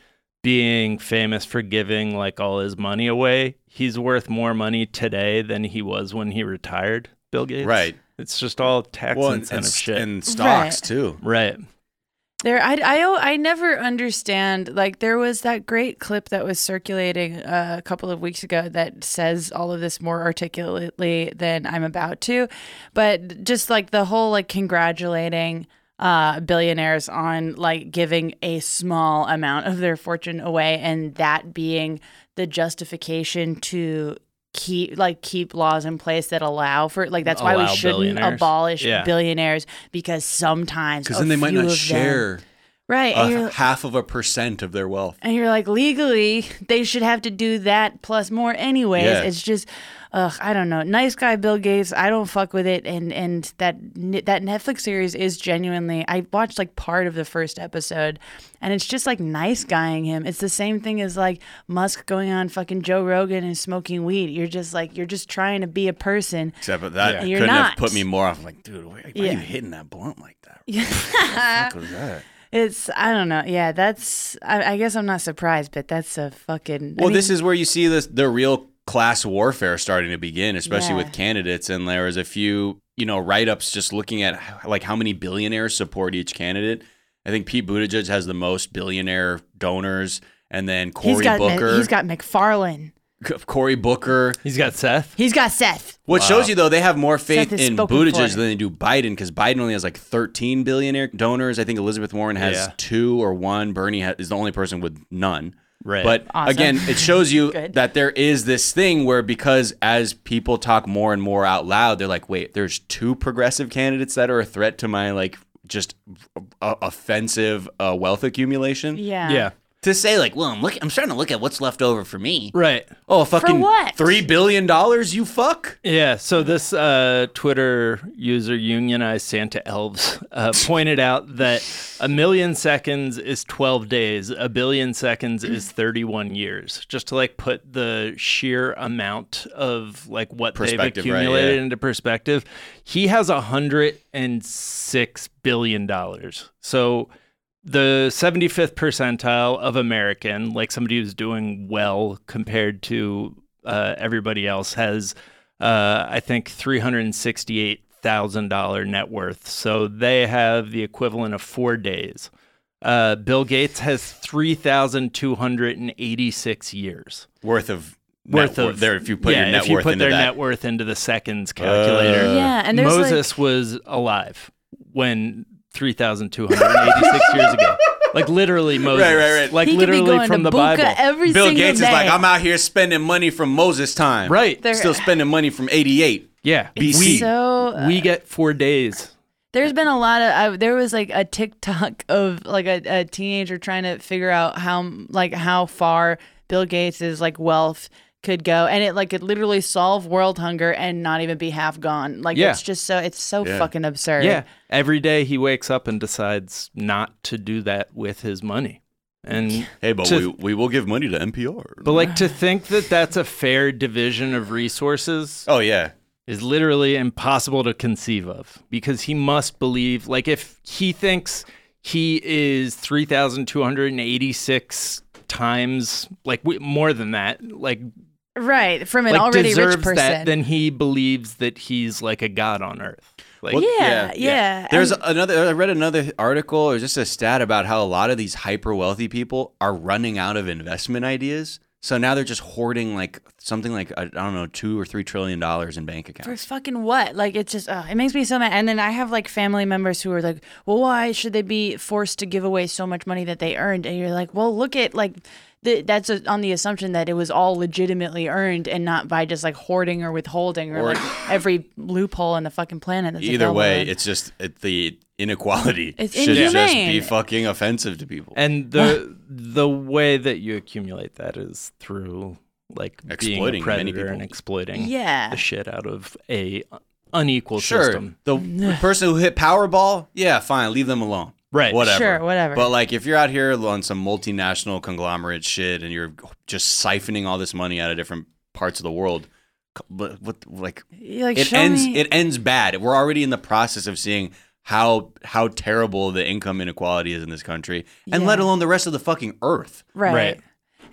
being famous for giving like all his money away, he's worth more money today than he was when he retired. Bill Gates, Right. It's just all tax Well, and, incentive and, shit. and stocks Right. too. Right. there, I, I, al- I never understand. Like there was that great clip that was circulating uh, a couple of weeks ago that says all of this more articulately than I'm about to, but just like the whole like congratulating uh, billionaires on like giving a small amount of their fortune away and that being the justification to keep like keep laws in place that allow for like that's why we Allow shouldn't billionaires. abolish Yeah. billionaires because sometimes Because a then they might few not of them- share right and a you're, half of a percent of their wealth. and you're like legally they should have to do that plus more anyways Yeah. it's just ugh I don't know nice guy Bill Gates I don't fuck with it and and that ne- that Netflix series is genuinely I watched like part of the first episode and it's just like nice guying him it's the same thing as like Musk going on fucking Joe Rogan and smoking weed you're just like you're just trying to be a person Except for that You're couldn't not. have put me more off. I'm like, dude, why, why Yeah. are you hitting that blunt like that? What was that? It's I don't know. Yeah, that's I, I guess I'm not surprised, but that's a fucking. Well, this is where you see this, the real class warfare starting to begin, especially Yeah. with candidates. And there was a few, you know, write-ups just looking at h- like how many billionaires support each candidate. I think Pete Buttigieg has the most billionaire donors, and then Cory he's got Ma- Booker. he's got McFarlane. Cory Booker. He's got Seth. He's got Seth. What shows you though they have more faith Seth is in spoken Buttigieg for. than they do Biden because Biden only has like 13 billionaire donors. I think Elizabeth Warren has Yeah. two or one. Bernie ha- is the only person with none. Right. But Awesome. again, it shows you Good. that there is this thing where because as people talk more and more out loud, they're like, wait, there's two progressive candidates that are a threat to my like just uh, offensive uh, wealth accumulation. Yeah. Yeah. To say like, well, I'm looking, I'm starting to look at what's left over for me. Right. Oh, fucking what? three billion dollars, you fuck. Yeah, so this uh, Twitter user Unionized Santa Elves uh, pointed out that a million seconds is 12 days, a billion seconds is 31 years, just to like put the sheer amount of like what they've Perspective, right, accumulated yeah. into perspective. He has 106 billion dollars. So the 75th percentile of American, like somebody who's doing well compared to uh, everybody else, has, uh, I think, $368,000 net worth. So they have the equivalent of four days. Uh, Bill Gates has 3,286 years worth of worth net of worth there if you put yeah, your net if you worth put into their that. net worth into the seconds calculator. Uh, Yeah, and there's like- Moses was alive when 3,286 years ago. Like literally Moses. Right, right, right. Like he literally could be going from to the Buka Bible. every Bill single Gates day. is like, I'm out here spending money from Moses time. right. There- Still spending money from 88. yeah. It's We, so uh, we get four days. There's been a lot of I, there was like a TikTok of like a, a teenager trying to figure out how like how far Bill Gates's like wealth could go, and it like could literally solve world hunger and not even be half gone. Like Yeah. it's just so it's so fucking absurd. Yeah. Every day he wakes up and decides not to do that with his money. And Hey, but To- we, we will give money to NPR. but like to think that that's a fair division of resources oh, yeah. is literally impossible to conceive of because he must believe like if he thinks he is 3286 times like w- more than that like right. From an like already deserves rich person. that then he believes that he's like a god on earth like Well, yeah, yeah, There's another. I read another article or just a stat about how a lot of these hyper wealthy people are running out of investment ideas. So now they're just hoarding like something like I don't know two or three trillion dollars in bank For accounts. fucking what? Like it's just uh, it makes me so mad. And then I have like family members who are like, "Well, why should they be forced to give away so much money that they earned?" And you're like, "Well, look at like th- that's a, on the assumption that it was all legitimately earned and not by just like hoarding or withholding or, Or- like every loophole in the fucking planet." That's Either available. way, it's just it, the inequality It's should just be inhumane. fucking offensive to people. and the the way that you accumulate that is through like being Exploiting a many predator and people. exploiting Yeah. the shit out of a unequal Sure. system The person who hit Powerball, yeah, fine, leave them alone. Right. Whatever. Sure, whatever. But like if you're out here on some multinational conglomerate shit and you're just siphoning all this money out of different parts of the world, c- but what like You're like, it show ends me- it ends bad. We're already in the process of seeing how how terrible the income inequality is in this country and Yeah. let alone the rest of the fucking earth. right. Right.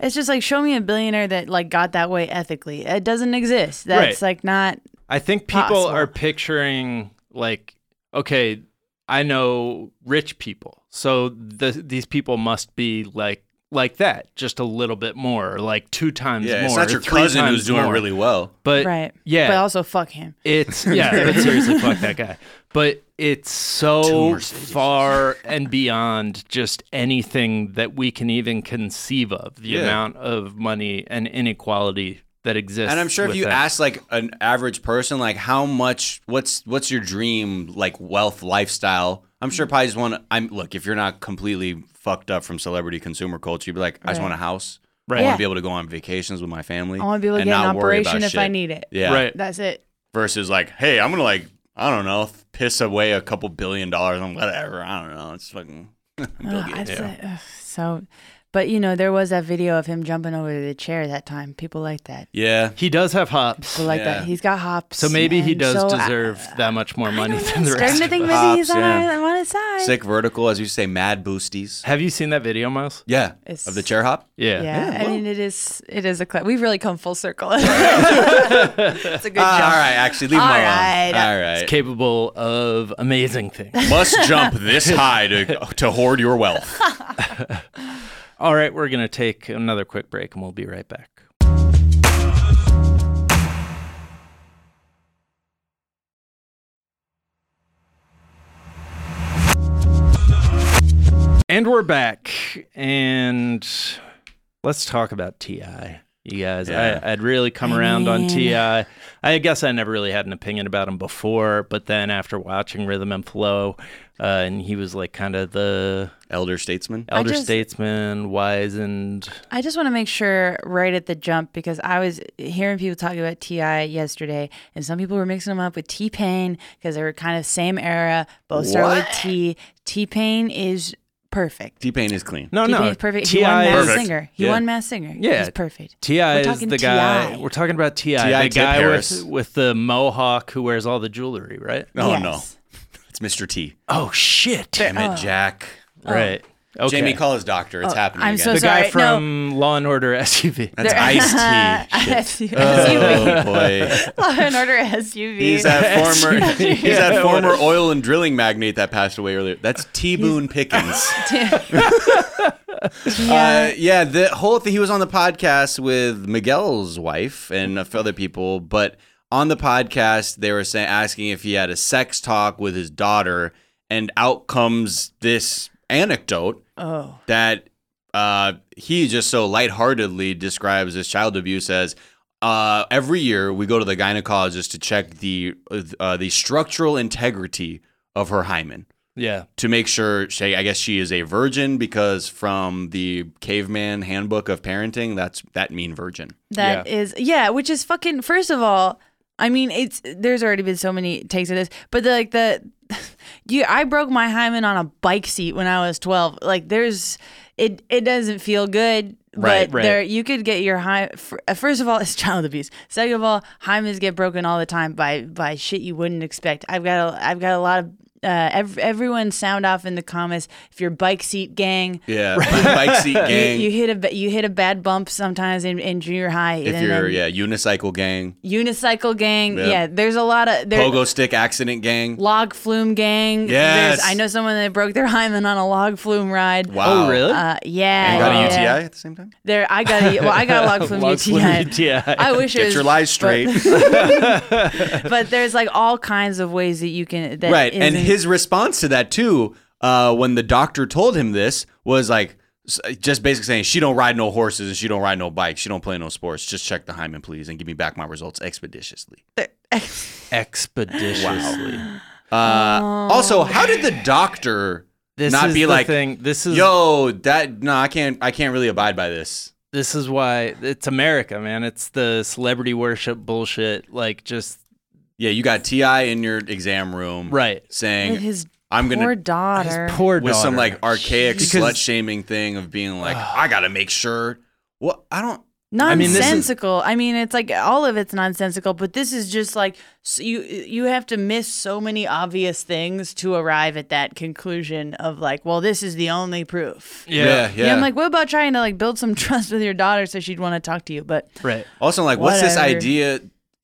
It's just like show me a billionaire that like got that way ethically. It doesn't exist. That's Right. like not I think people possible. are picturing like, okay, I know rich people, so the, these people must be like like that, just a little bit more, like two times Yeah, more. it's not or your three cousin who's times doing more. really well. but right. Yeah, But also fuck him. it's yeah, but seriously, fuck that guy. But it's so far and beyond just anything that we can even conceive of. The Yeah. amount of money and inequality that exists. And I'm sure if with you that. ask like an average person, like how much, what's what's your dream like wealth lifestyle? I'm Mm. sure probably just want. I'm look if you're not completely fucked up from celebrity consumer culture, you'd be like, I just want a house. I want Right. to be able to go on vacations with my family. I wanna be able to and get an not worry operation about if I shit." need it. Yeah. Right. That's it. Versus like, hey, I'm gonna like, I don't know, th- piss away a couple billion dollars on whatever. I don't know. It's fucking. Bill Ugh, I Gates. said- ugh, so, but you know, there was that video of him jumping over the chair that time. People like that. Yeah. he does have hops. People like Yeah. that. He's got hops. So maybe he and does so uh, I- deserve that much more money than I'm the starting rest to of think us. maybe Hops, he's on, yeah. our, on his side. Sick vertical, as you say, mad boosties. Have you seen that video, Miles? Yeah. It's- Of the chair hop. Yeah. Yeah, I mean it is. It is a. Cl- we've really come full circle. it's a good Ah, all job. right, actually, leave him All alone. right. All right. It's capable of amazing things. must jump this high to, to hoard your wealth. All right, we're going to take another quick break and we'll be right back. And we're back. And let's talk about TI. You guys, Yeah. I, I'd really come around on TI. I guess I never really had an opinion about him before, but then after watching Rhythm and Flow, uh, and he was like kind of the Elder statesman. elder just- statesman, wise and I just want to make sure right at the jump because I was hearing people talking about Ti yesterday, and some people were mixing him up with T Pain because they were kind of same era, both start with T. T Pain is perfect. T Pain is clean. no, T Pain no, is perfect. TI He won Mass is Singer. He Yeah. won Mass Singer. Yeah. he's perfect. Ti is talking the guy. TI. We're talking about Ti, T.I. the Tip guy Harris. with, with the mohawk who wears all the jewelry, right? Oh Yes. no, it's Mr. T. Oh shit! Damn it, Jack. Oh. Right. Okay. Jamie, call his doctor. It's happening. I'm again. so the guy Sorry, no. from Law and Order SUV. That's Ice T. SUV. Oh boy. Law and Order SUV. He's that former he's that former oil and drilling magnate that passed away earlier. That's T Boone Pickens. Uh, yeah, the whole thing. He was on the podcast with Miguel's wife and a few other people, but on the podcast they were saying asking if he had a sex talk with his daughter, and out comes this anecdote oh, that uh, he just so lightheartedly describes his child abuse as uh, every year we go to the gynecologist to check the uh, the structural integrity of her hymen Yeah. to make sure she I guess she is a virgin because from the caveman handbook of parenting that's that mean virgin. that Yeah. is yeah. which is fucking. First of all, I mean, it's there's already been so many takes of this, but the, like the, you, I broke my hymen on a bike seat when I was twelve. Like there's, it it doesn't feel good. Right, but right. there you could get your hymen. First of all, it's child abuse. Second of all, hymens get broken all the time by by shit you wouldn't expect. I've got a I've got a lot of. Uh, ev- everyone sound off in the comments if you're bike seat gang Yeah, bike seat gang. you, you hit a ba- you hit a bad bump sometimes in, in junior high. if and you're then yeah unicycle gang, unicycle gang, Yeah. yeah, there's a lot of there, pogo stick accident gang. log flume gang. Yes. There's- I know someone that broke their hymen on a log flume ride. Wow. Oh really? Uh, yeah, You got a yeah. UTI at the same time. There, I got a well, I got a log flume Log UTI. flume UTI. I wish it Get was, your lies straight. but there's like all kinds of ways that you can that right and isn't- his response to that too uh, when the doctor told him this was like s- just basically saying she don't ride no horses and she don't ride no bikes she don't play no sports just check the hymen please and give me back my results expeditiously Expeditiously. uh, Oh. also how did the doctor This not is be the like thing. This is yo that no i can't i can't really abide by this this is why it's America, man. It's the celebrity worship bullshit. Like just yeah you got ti in your exam room Right. saying with his i'm gonna poor daughter. poor with some daughter. like archaic Because- slut shaming thing of being like i gotta make sure what i don't mean, this is- nonsensical. I mean, it's like all of it's nonsensical, but this is just like s you you have to miss so many obvious things to arrive at that conclusion of like, well, this is the only proof. yeah, Yeah, I'm like, what about trying to like build some trust with your daughter so she'd want to talk to you? But right. Also, like, what's this Whatever. idea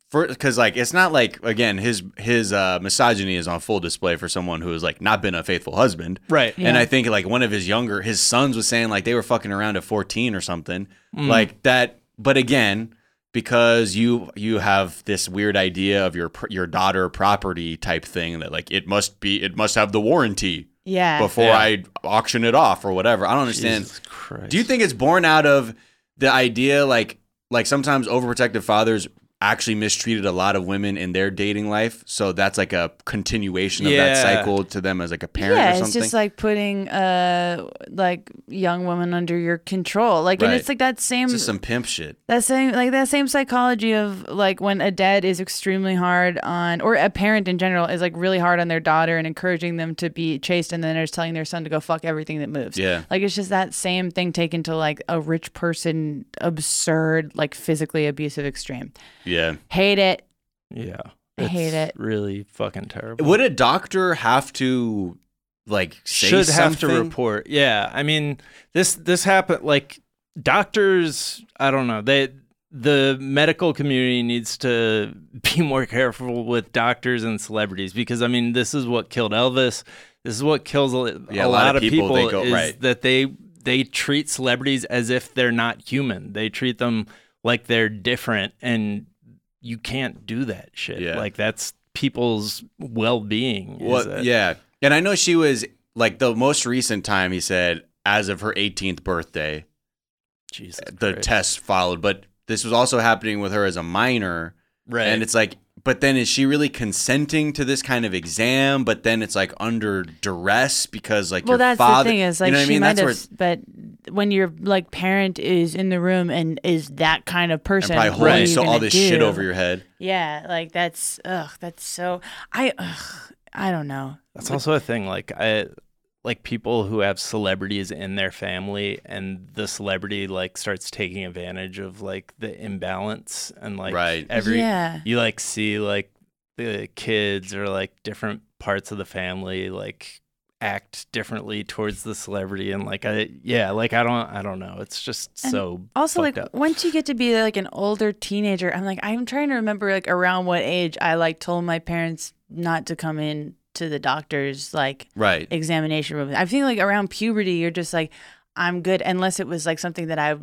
for? Because like, it's not like again, his his uh, misogyny is on full display for someone who has like not been a faithful husband, Right. And I think like one of his younger his sons was saying like they were fucking around at fourteen or something Mm. like that. But again, because you you have this weird idea of your pr- your daughter property type thing that like it must be it must have the warranty yeah, before Yeah. I auction it off or whatever. I don't understand. Jesus Christ. Do you think it's born out of the idea like like sometimes overprotective fathers actually mistreated a lot of women in their dating life, so that's like a continuation of that Yeah. cycle to them as like a parent or yeah, it's something? just like putting uh like young women under your control, like, and Right. it's like that same It's just some pimp shit. That same like that same psychology of like when a dad is extremely hard on or a parent in general is like really hard on their daughter and encouraging them to be chaste and then they're telling their son to go fuck everything that moves. Yeah. Like it's just that same thing taken to like a rich person absurd, like physically abusive extreme. Yeah. Hate it. Yeah. I hate It's it. Really fucking terrible. Would a doctor have to like say should have to something? report. Yeah, I mean this this happened like doctors. I don't know they the medical community needs to be more careful with doctors and celebrities because I mean this is what killed Elvis. This is what kills a, Yeah, a lot, of people. they go- is right. that they they treat celebrities as if they're not human. They treat them like they're different and you can't do that shit. Yeah. Like that's people's well-being. is Well, that- yeah. And I know she was like the most recent time he said as of her 18th birthday Jesus. the Christ. test followed but this was also happening with her as a minor Right. and it's like but then is she really consenting to this kind of exam but then it's like under duress because like Well, your that's father the thing is like you know what she i mean might that's have, where s- but when your like parent is in the room and is that kind of and person, probably what are holding you so all gonna this shit do? over your head Yeah, like that's ugh, that's so I ugh, I don't know. That's also a thing. Like I like people who have celebrities in their family and the celebrity like starts taking advantage of like the imbalance and like Right. every Yeah. you like see like the kids or like different parts of the family like act differently towards the celebrity and like I yeah, like I don't I don't know. It's just And so Also, fucked like up. once you get to be like an older teenager, I'm like I'm trying to remember like around what age I like told my parents not to come in to the doctor's like right examination room. I think like around puberty, you're just like I'm good unless it was like something that I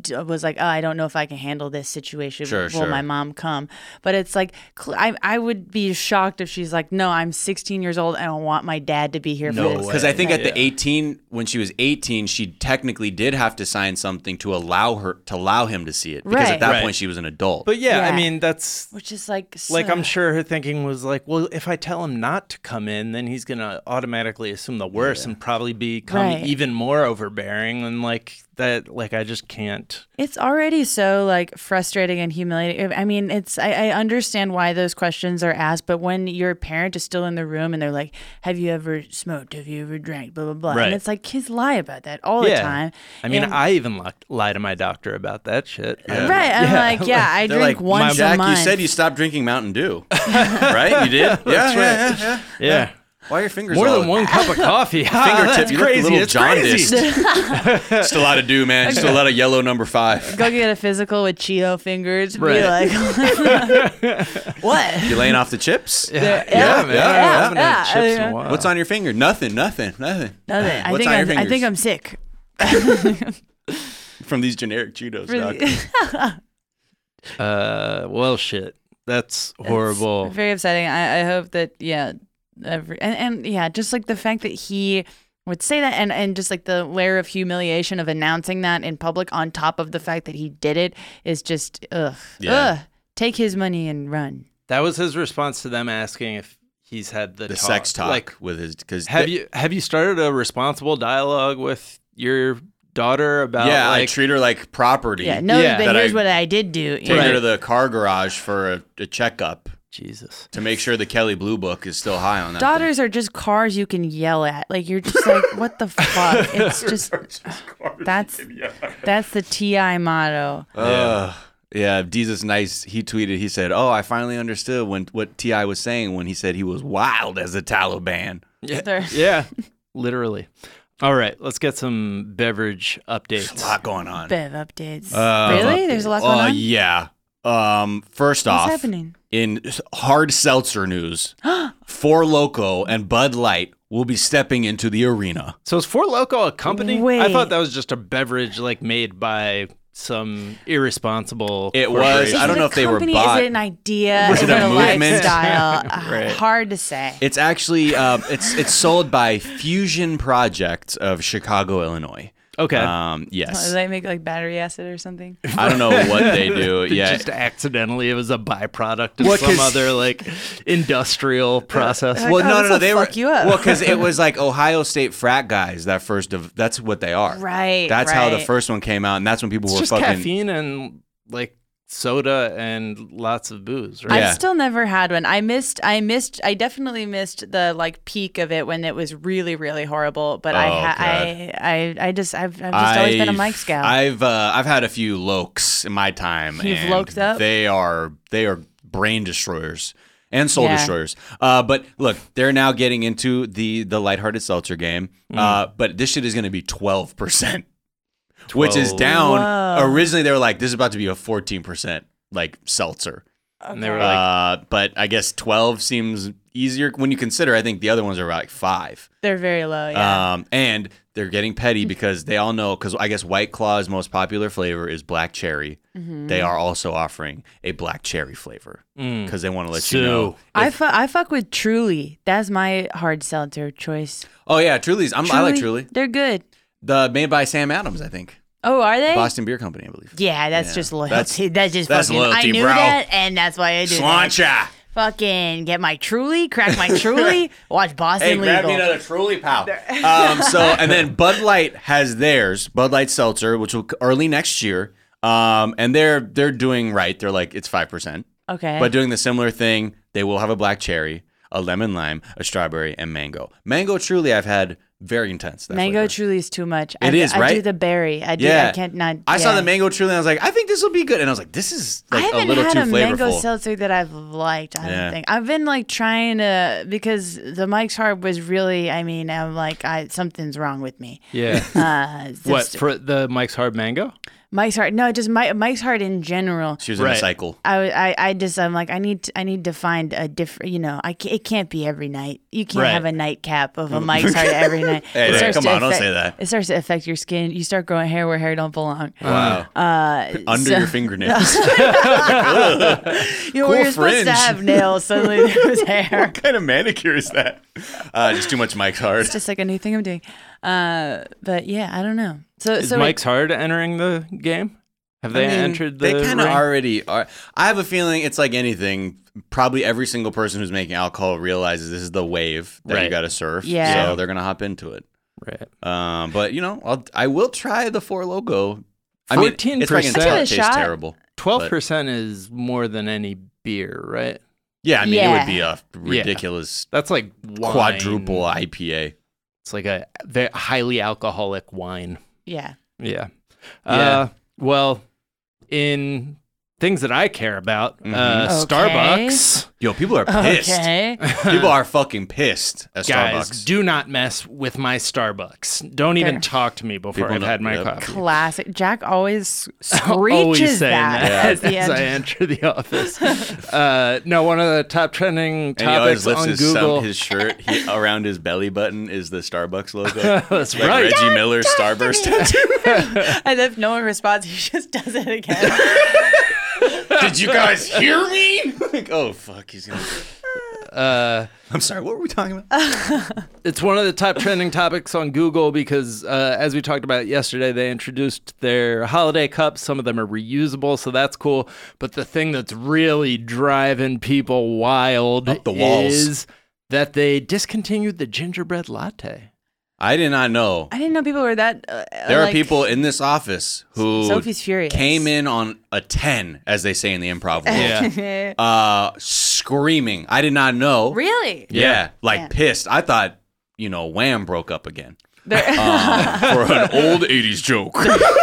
d- was like oh I don't know if I can handle this situation. Sure, Will sure. my mom come? But it's like cl- I I would be shocked if she's like no I'm 16 years old. I don't want my dad to be here for this. because I think at Yeah. the 18, when she was 18, she technically did have to sign something to allow her to allow him to see it. Because Right. at that Right. point, she was an adult. But yeah, I Yeah. mean that's Which is like like I'm so- sure her thinking was like, well, if I tell him not to come in, then he's gonna automatically assume the worst and probably become Right. even more overbearing and like that. Like I just can't. It's already so like frustrating and humiliating. I mean, it's I, I understand why those questions are asked, but when your parent is still in the room and they're like, "Have you ever smoked? Have you ever drank?" Blah blah blah, Right. and it's like kids lie about that all yeah. the time. I mean, And- I even li- lie to my doctor about that shit. Yeah. right? I'm like, yeah, I They're drink like, once Jack, a month. you said you stopped drinking Mountain Dew, right? You did. Yeah, yeah, yeah, yeah. Yeah. Why are your fingers More all than one cup of coffee. Ah, fingertip? That's you crazy. look a little it's crazy. jaundiced. Just a lot of dew, man. Just a lot of yellow number five. Go get a physical with Cheeto fingers. and Be Right. like, what? You laying off the chips? Yeah, Yeah, man. yeah, I haven't had yeah, chips in yeah. a while. What's on your finger? Nothing. Nothing. Nothing. Nothing. I What's think on your I'm, fingers? I think I'm sick. From these generic Cheetos, Really- doc. Uh, well, shit. That's horrible. It's very upsetting. I, I hope that yeah, every and, and yeah, just like the fact that he would say that and, and just like the layer of humiliation of announcing that in public on top of the fact that he did it is just ugh. Yeah. Ugh. Take his money and run. that was his response to them asking if he's had the, The sex talk Like, with his because Have you have you started a responsible dialogue with your daughter about Yeah, like I treat her like property. Yeah, no, Yeah. but That here's I- what I did do. Take her Right. to the car garage for a, a checkup Jesus? to make sure the Kelly Blue Book is still high on that. thing. Daughters are just cars you can yell at. Like you're just like, what the fuck? It's just that's that's the TI motto. Ugh. yeah, Jesus nice. He tweeted. He said, "Oh, I finally understood when what Ti was saying when he said he was wild as a Taliban." Yeah, They're- yeah, literally. All right, let's get some beverage updates. A lot going on. Bev updates. Uh, really? There's a lot going uh, on. Yeah. Um. First off, What's happening? in hard seltzer news, Four Loco and Bud Light will be stepping into the arena. So is Four Loco a company? I Wait. thought that was just a beverage like made by some irresponsible. It was. I Is don't it know a if they were company? bought. Is it an idea? Was is it a a, movement? lifestyle? Uh, Right. Hard to say. It's actually uh, it's it's sold by Fusion Projects of Chicago, Illinois. okay. Um, Do yes, they make like battery acid or something? I don't know what they do. They Yeah, Just accidentally, it was a byproduct of What, Uh, some 'cause- other like industrial process. well, Like, oh, no, no, this no, will they fuck were you up. well because it was like Ohio State frat guys. That first of that's what they are. Right, That's how the right. first one came out, and that's when people It's were just fucking. caffeine and like soda and lots of booze, right? Yeah. I've still never had one. I missed. I missed. I definitely missed the like peak of it when it was really, really horrible. But I, Oh, ha- I, I, I just, I've, I've just always been a Mike Scout. I've uh, I've had a few lokes in my time. You've and loked up? They are they are brain destroyers and soul Yeah. destroyers. Uh, but look, they're now getting into the the lighthearted seltzer game. Mm. Uh, but this shit is going to be twelve percent, which is 12. down. Whoa. Originally, they were like, "This is about to be a fourteen percent like seltzer." And they were like, Uh, but I guess twelve seems easier when you consider. I think the other ones are like five. They're very low. Yeah. Um, and They're getting petty because they all know because I guess White Claw's most popular flavor is black cherry. Mm-hmm. They are also offering a black cherry flavor because they want to let you So- know. I, fu- I fuck with Truly. That's my hard seltzer choice. Oh yeah, Truly's. I'm, I like Truly. They're good. The made by Sam Adams, I think. Oh, are they? Boston Beer Company, I believe. Yeah, that's Yeah. just loyalty. That's- That's, just that's fucking. loyalty, I knew bro. that, and that's why I do that. Slancha. Fucking get my Truly, crack my Truly, watch Boston Hey, Legal. grab me another Truly, pal. um, so, and then Bud Light has theirs, Bud Light Seltzer, which will c- early next year. Um, and they're they're doing right. They're like it's five percent, okay. but doing the similar thing. They will have a black cherry, a lemon lime, a strawberry, and mango. Mango Truly, I've had very intense. That mango flavor. Truly is too much. It I, is, I do right? the berry. I do. Yeah. I can't not. I saw yeah. the mango Truly, and I was like, I think this will be good. And I was like, this is I like a haven't little had too a mango flavorful. seltzer that I've liked. I Yeah. don't think I've been like trying to because the Mike's Hard was really. I mean, I'm like, I something's wrong with me. Yeah. Uh, what just- for the Mike's Hard Mango? Mike's Hard? No, just Mike, Mike's Hard in general. she was in Right. a cycle. I, w- I, I just I'm like I need to, I need to find a different you know I ca it can't be every night you can't Right. have a nightcap of a Mike's Hard every night. Mm. Hey, It hey, starts come to on, don't affect- say that. It starts to affect your skin. You start growing hair where hair don't belong. Wow. Mm, Uh, Under so- your fingernails. you know, where cool you're supposed to fringe. have nails suddenly there was hair. what kind of manicure is that? Uh, just too much Mike's hard. It's just like a new thing I'm doing. Uh, but yeah, I don't know. So Is so wait, Mike's Hard entering the game? Have they I mean, entered the? They kind of ring? already are. I have a feeling it's like anything. Probably every single person who's making alcohol realizes this is the wave that you Right. got to surf. Yeah. So they're gonna hop into it. Right. Um, but you know, I'll, I will try the four logo. I mean, it's 14%. probably gonna I tell did it a tastes shot. terrible. Twelve percent is more than any beer, right? Yeah, I mean, it Yeah. would be a ridiculous That's like wine. quadruple IPA. It's like a very highly alcoholic wine. yeah. Yeah. Yeah. Uh, well, in things that I care about, Mm-hmm. uh, Okay. Starbucks. Yo, people are pissed. Okay. People are fucking pissed at Guys, Starbucks. do not mess with my Starbucks. Don't even Fair. talk to me before People I've know- had my yep. coffee. Classic. Jack always Always screeches saying that, that as the as I end. enter the office. uh, no, one of the top trending And he always topics lifts on his, some- Google. his shirt he, around his belly button is the Starbucks logo. That's like right. Reggie Miller's Starburst tattoo. And if no one responds, he just does it again. Did you guys hear me? like, oh fuck, he's gonna. I'm sorry. What were we talking about? It's one of the top trending topics on Google because, uh, as we talked about yesterday, they introduced their holiday cups. Some of them are reusable, so that's cool. But the thing that's really driving people wild Up the walls. is that they discontinued the gingerbread latte. I did not know. I didn't know people were that. Uh, There are like- people in this office who Sophie's furious. came in on a ten, as they say in the improv world, Eh, uh, screaming. I did not know. really? Yeah, like Yeah. pissed. I thought, you know, Wham broke up again There- Uh, um, for an old '80s joke.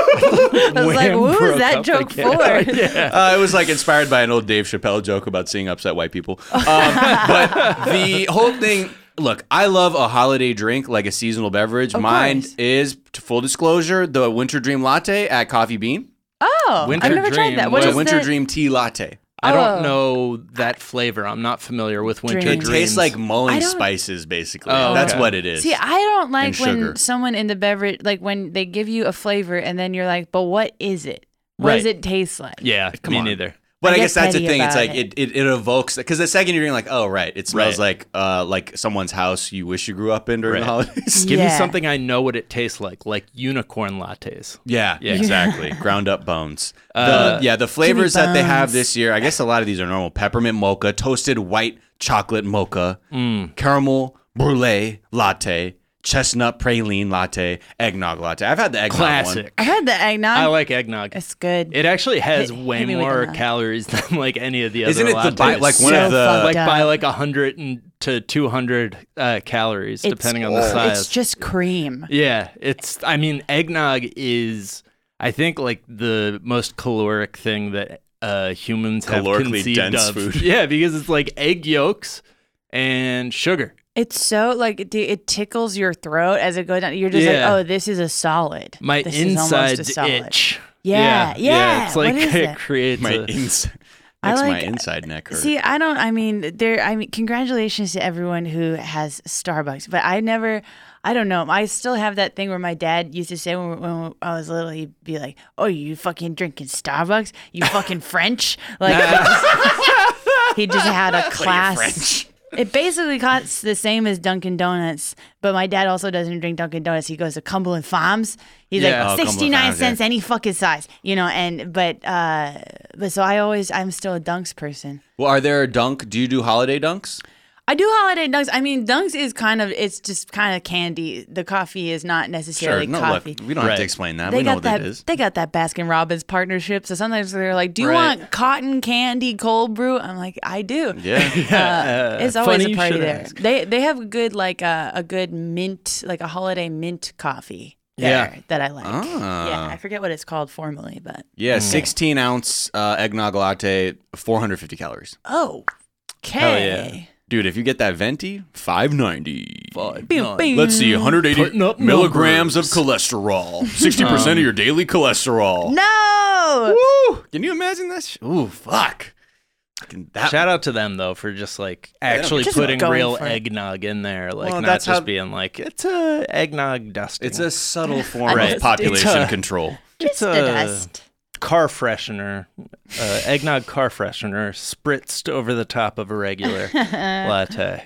I was like, Wham what broke was that up joke again. for? uh, it was like inspired by an old Dave Chappelle joke about seeing upset white people. Um, but the whole thing. Look, I love a holiday drink, like a seasonal beverage. Mine course. is, to full disclosure, the Winter Dream Latte at Coffee Bean. Oh, Winter I've never Dream tried that. What was- It's is a Winter that? Dream Tea Latte. I don't Oh. know that flavor. I'm not familiar with winter Dream. It dreams. tastes like mulling I don't- spices, basically. Oh, That's okay. what it is. See, I don't like when sugar. someone in the beverage, like when they give you a flavor and then you're like, but what is it? What does Right. it taste like? yeah, Come me on. neither. But I I get guess that's the petty thing. It's about like it. it, it, it evokes because the second you're drinking, like, oh right, it smells Right. like uh, like someone's house you wish you grew up in during the Right. holidays. Give me Yeah. something I know what it tastes like, like unicorn lattes. Yeah, Yeah. exactly. Ground up bones. The, Uh, yeah, the flavors that they have bones. this year, I guess a lot of these are normal peppermint mocha, toasted white chocolate mocha, Mm. caramel brulee latte, chestnut praline latte, eggnog latte. I've had the eggnog Classic. I had the eggnog. I like eggnog. it's good. It actually has Hit- way hit me with more the nut. calories than like any of the one. other. Isn't it the by, lattes. like one So of the fucked like up. by like hundred and to two hundred uh, calories It's- depending on the size? It's just cream. yeah, it's. I mean, eggnog is. I think like the most caloric thing that uh, humans have Calorically conceived dense of. food. Yeah, because it's like egg yolks and sugar. It's so like it, it tickles your throat as it goes down. You're just Yeah. like, oh, this is a solid. My this is almost a insides solid." itch. Yeah, yeah, yeah, It's what like is it that? creates my a- ins- I makes my like- inside neck hurt. See, I don't. I mean, there. I mean, congratulations to everyone who has Starbucks, but I never. I don't know. I still have that thing where my dad used to say when, when I was little, he'd be like, "Oh, you fucking drinking Starbucks? You fucking French?" Like he just- he just had a class. It basically costs the same as Dunkin' Donuts, but my dad also doesn't drink Dunkin' Donuts. He goes to Cumberland Farms. He's Yeah. Oh, like Cumberland sixty nine Farms, yeah. cents any fucking size, you know. And but uh, but so I always I'm still a Dunks person. Well, are there a dunk? Do you do holiday dunks? I do holiday dunks. I mean, dunks is kind of it's just kind of candy. The coffee is not necessarily no, coffee. look, we don't have Right. to explain that. they we know got what that. that is. They got that Baskin Robbins partnership. So sometimes they're like, "Do you Right. want cotton candy cold brew?" I'm like, "I do." Yeah. Uh, it's always funny a you party should there. ask. They they have a good like uh, a good mint like a holiday mint coffee. Yeah. There that I like. Ah. Yeah, I forget what it's called formally, but Yeah, 16 ounce uh, eggnog latte, 450 calories. oh, Hell okay. yeah. Dude, if you get that venti, 590. Boom, boom. Let's see, Putting 180 up milligrams of cholesterol. 60% Um, of your daily cholesterol. No. Woo! Can you imagine that? Sh- Ooh, fuck. Fucking That, Shout out to them though for just like actually Just putting going real for it. eggnog in there, like Well, not that's just how- being like it's a eggnog dusting. it's a subtle form Right. of population It's uh, a- control. it's The dust. car freshener, uh, eggnog car freshener spritzed over the top of a regular latte.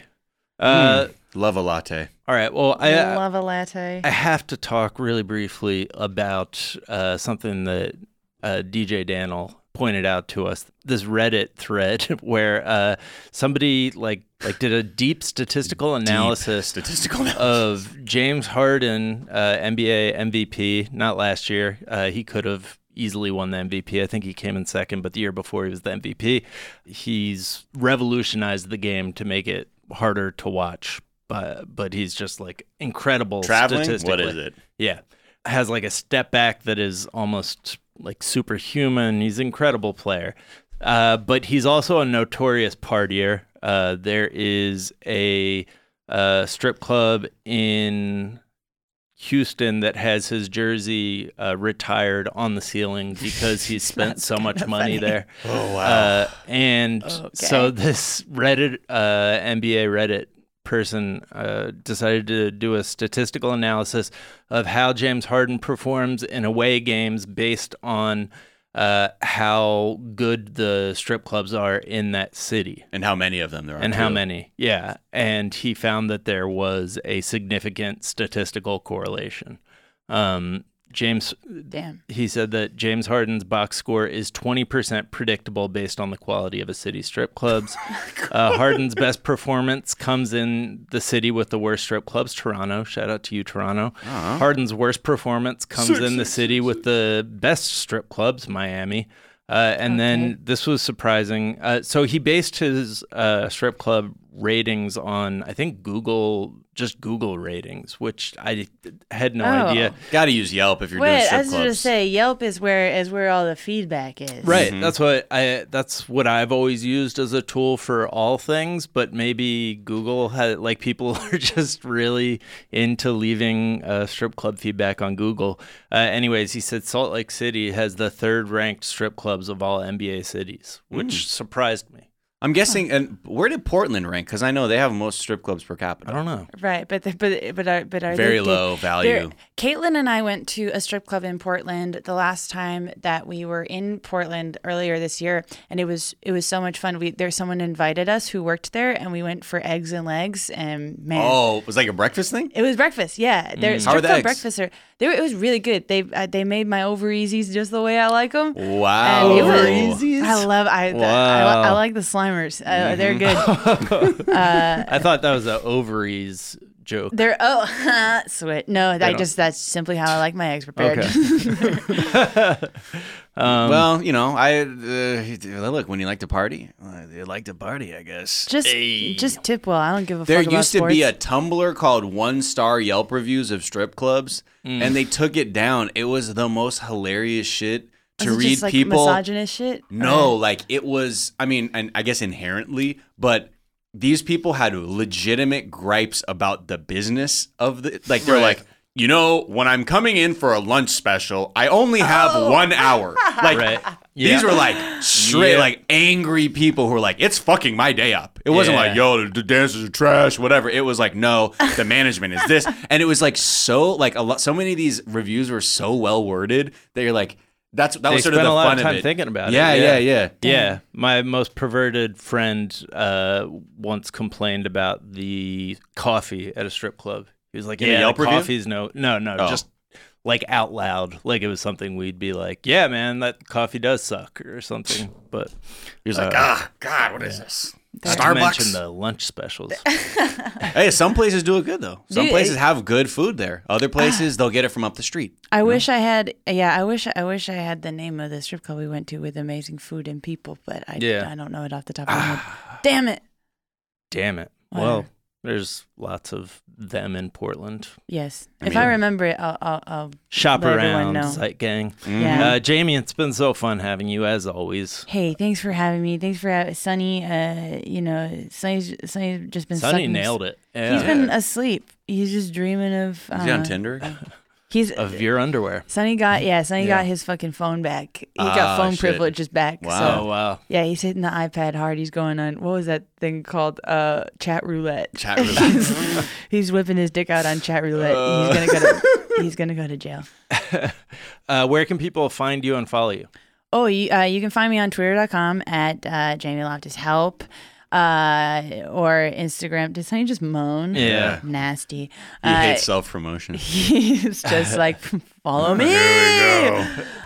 Uh, Love a latte. All right, well I love a latte. Uh, I have to talk really briefly about uh, something that uh, DJ Daniel pointed out to us. This Reddit thread where uh, somebody like like did a deep statistical analysis Statistical of James Harden, uh, NBA MVP. Not last year. Uh, he could have easily won the MVP. I think he came in second, but the year before he was the MVP. He's revolutionized the game to make it harder to watch. But, but he's just like incredible Traveling? statistically. What is it? Yeah. Has like a step back that is almost like superhuman. He's an incredible player. Uh, but he's also a notorious partier. Uh, there is a uh, strip club in Houston that has his jersey uh, retired on the ceiling because he's spent so much money there. Oh wow! Uh, and so this Reddit uh, NBA Reddit person uh, decided to do a statistical analysis of how James Harden performs in away games based on uh, how good the strip clubs are in that city And how many of them there are. and how too. many. Yeah, and he found that there was a significant statistical correlation. Um, James, Damn. he said that James Harden's box score is 20% predictable based on the quality of a city's strip clubs. uh, Harden's best performance comes in the city with the worst strip clubs, Toronto. Shout out to you, Toronto. Harden's worst performance comes in the city with the best strip clubs, Miami. Uh, and then this was surprising. Uh, so he based his uh, strip club ratings on, I think, Google, just Google ratings, which I had no Oh. idea. Gotta use Yelp if you're doing Wait, strip I was gonna clubs. say Yelp is where is where all the feedback is. Right. That's what I. That's what I've always used as a tool for all things. But maybe Google had like people are just really into leaving uh, strip club feedback on Google. Uh, anyways, he said Salt Lake City has the third ranked strip clubs of all NBA cities, which surprised me. I'm guessing, and where did Portland rank? Because I know they have most strip clubs per capita. I don't know. Right, but the, but but are but are Very they, low they're- value. Caitlin and I went to a strip club in Portland the last time that we were in Portland earlier this year, and it was it was so much fun. We there's someone invited us who worked there, and we went for eggs and legs, and man, Oh, it was like a breakfast thing? it was breakfast. Yeah, their How were strip the club eggs? breakfasts are they were, it was really good. They uh, they made my over easies just the way I like them. Wow. And it was- I love I, the- I, li- I like the slimers. Uh, Mm-hmm. They're good. I thought that was an ovaries joke. They're oh sweet. No, I just that's simply how I like my eggs prepared. Um, well, you know, I uh, look when you like to party, uh, you like to party, I guess. Just just tip well. I don't give a there fuck about used to be a sports. Tumblr called One Star Yelp Reviews of Strip Clubs, Mm. and they took it down. It was the most hilarious shit to Is it read just, like, people. misogynist shit. No, Or- like it was. I mean, and I guess inherently, but these people had legitimate gripes about the business of the. Like they're like, you know, when I'm coming in for a lunch special, I only have one hour. Like Right. These Yeah. were like straight, Yeah. like angry people who were like, "It's fucking my day up." It wasn't Yeah. like, "Yo, the, the dancers are trash," whatever. It was like, "No, the management is this," and it was like so, like a lot. So many of these reviews were so well worded that you're like, "That's that They was sort of spent the a lot fun of time it." thinking about it, yeah, yeah. Yeah, yeah, Yeah, my most perverted friend uh, once complained about the coffee at a strip club. He was like, In a "Yeah, Yelp the review? coffee's no, no, no, Oh. just like out loud, like it was something we'd be like, yeah, man, that coffee does suck or something." But uh, He was like, Ah, God, what is this? not to Starbucks. mention the lunch specials. "Hey, some places do it good though. Some Dude, places it- Ah. have good food there. Other places they'll get it from up the street." I wish I had. Yeah, I wish. I wish I had the name of the strip club we went to with amazing food and people, but I. Yeah. I don't know it off the top of my head. Damn it. Damn it! Wow. Well, there's lots of them in Portland. Yes. If I remember it, I'll. I'll, I'll Shop Let everyone around, know. site gang. Yeah. Mm-hmm. Uh, Jamie, it's been so fun having you as always. Hey, thanks for having me. Thanks for having Sunny. Uh, you know, Sunny's, Sunny's just been Sonny sucking- nailed it. Yeah. He's been asleep. He's just dreaming of. Uh, Is he on Tinder? He's of your underwear. Sonny got yeah. Sonny Yeah. got his fucking phone back. He Mm. Ah, got phone shit. privileges back. Wow. Oh So wow! yeah, he's hitting the iPad hard. He's going on what was that thing called? Uh, chat roulette. Chat roulette. Uh. He's whipping his dick out on chat roulette. he's gonna go. To, he's gonna go to jail. Uh, where can people find you and follow you? Oh, you, uh, you can find me on twitter.com at uh, Jamie Loftus Help uh, or Instagram. Did Sonny just moan? Yeah. Nasty. he uh, hates self promotion. He's just like, follow me.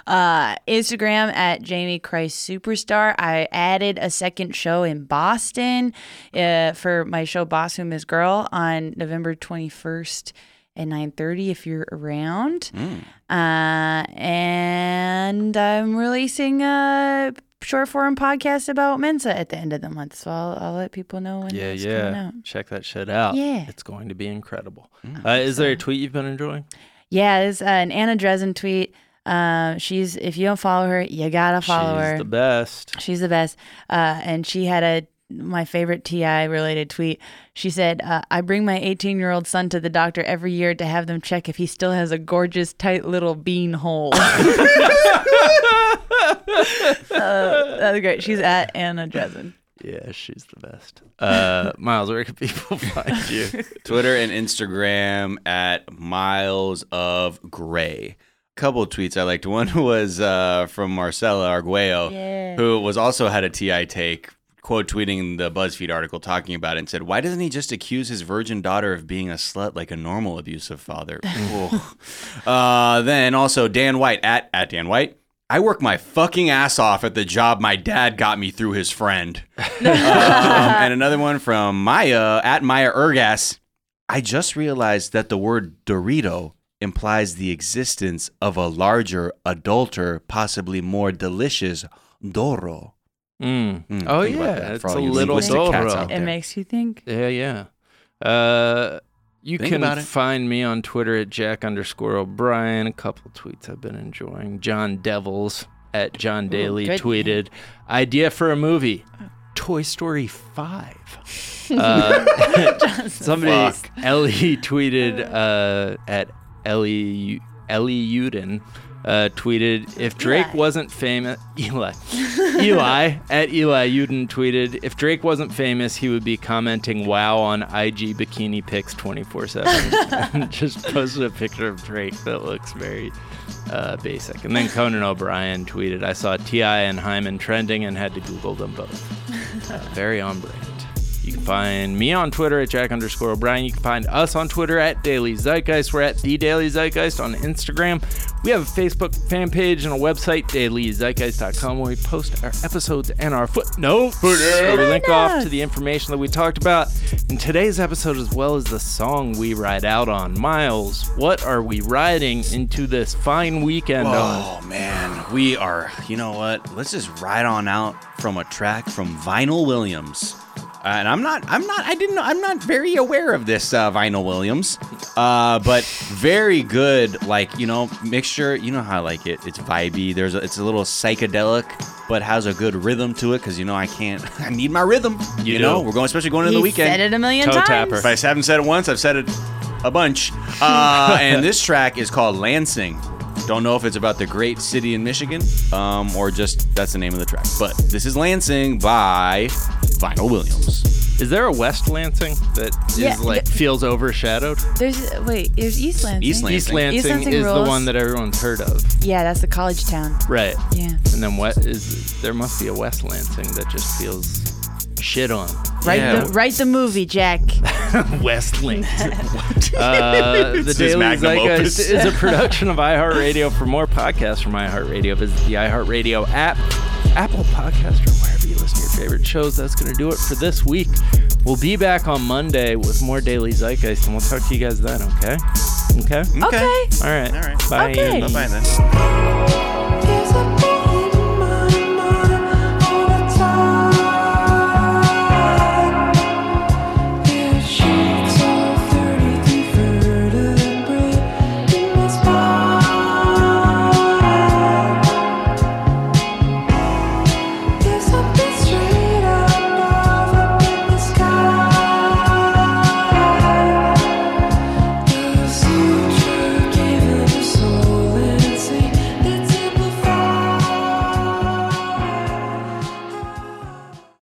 Uh, Instagram at Jamie Christ Superstar. I added a second show in Boston uh, for my show Boss Who Miss Girl on November 21st at 9.30 if you're around. Mm. Uh, and I'm releasing a short form podcast about Mensa at the end of the month. So I'll, I'll let people know when Yeah, it's coming yeah. out. Check that shit out. Yeah. It's going to be incredible. Mm. Uh, is there a tweet you've been enjoying? Yeah, it's uh, an Anna Dresden tweet. Um, she's if you don't follow her, you gotta follow She's her. the best. she's the best. Uh, and she had a my favorite TI related tweet. She said, uh, "I bring my 18 year old son to the doctor every year to have them check if he still has a gorgeous tight little bean hole." uh, that's great. She's at Anna Dresden. Yeah, she's the best. Uh, Miles, where can people find you? Twitter and Instagram at Miles of Gray. Couple of tweets I liked. One was uh, from Marcela Arguello, Yeah. who was also had a TI take, quote tweeting the BuzzFeed article talking about it and said, Why doesn't he just accuse his virgin daughter of being a slut like a normal abusive father? Whoa. uh, then also Dan White at, at Dan White. I work my fucking ass off at the job my dad got me through his friend. Um, and another one from Maya at Maya Ergas. I just realized that the word Dorito implies the existence of a larger, adulter, possibly more delicious Doro. Mm. Mm, Oh, think about yeah, that it's for all a you little linguistic cats Doro. out It there. makes you think. Yeah, yeah. Uh, you Think about can it. find me on Twitter at Jack underscore O'Brien. A couple tweets I've been enjoying. John Devils at John Daly good tweeted, idea for a movie. Toy Story 5. Uh, somebody, Fuck. Ellie, tweeted uh, at Ellie, Ellie Uden, uh, tweeted, if Drake Eli. wasn't famous, Eli, Eli at Eli Uden tweeted, if Drake wasn't famous, he would be commenting wow on IG bikini pics 24 7. Just posted a picture of Drake that looks very uh, basic. And then Conan O'Brien tweeted, I saw T.I. and Hyman trending and had to Google them both. Uh, very on brand. You can find me on Twitter at Jack underscore O'Brien. You can find us on Twitter at Daily Zeitgeist. We're at The Daily Zeitgeist on Instagram. We have a Facebook fan page and a website, dailyzeitgeist.com, where we post our episodes and our footnotes. Where we link off to the information that we talked about in today's episode, as well as the song we ride out on. Miles, what are we riding into this fine weekend on? Oh man, we are. You know what? Let's just ride on out from a track from Vinyl Williams. Uh, and I'm not, I'm not, I didn't, I'm not very aware of this uh, Vinyl Williams, uh, but very good. Like you know, mixture. You know how I like it. It's vibey. There's, a, it's a little psychedelic, but has a good rhythm to it. Because you know, I can't. I need my rhythm. You, You know, do. we're going, especially going into he the weekend. said it a million Toe times. tapper. If I haven't said it once, I've said it a bunch. Uh, and this track is called Lansing Don't know if it's about the great city in Michigan um, or just that's the name of the track. But this is Lansing by Vinyl Williams. Is there a West Lansing that is Yeah, like th- feels overshadowed? There's wait, there's East Lansing. East Lansing. East Lansing, East Lansing is rules. the one that everyone's heard of, Yeah, that's the college town. right? Yeah. And then what is there must be a West Lansing that just feels shit on. Write Yeah. the write the movie, Jack. West Lansing. Uh, the his Daily magnum Zeitgeist opus. is a production of iHeartRadio. For more podcasts from iHeartRadio, visit the iHeartRadio app, Apple Podcast, or wherever you listen to your favorite shows. That's going to do it for this week. We'll be back on Monday with more Daily Zeitgeist, and we'll talk to you guys then, okay? Okay? Okay. All right. All right. Bye. Okay. Bye bye then. Bye.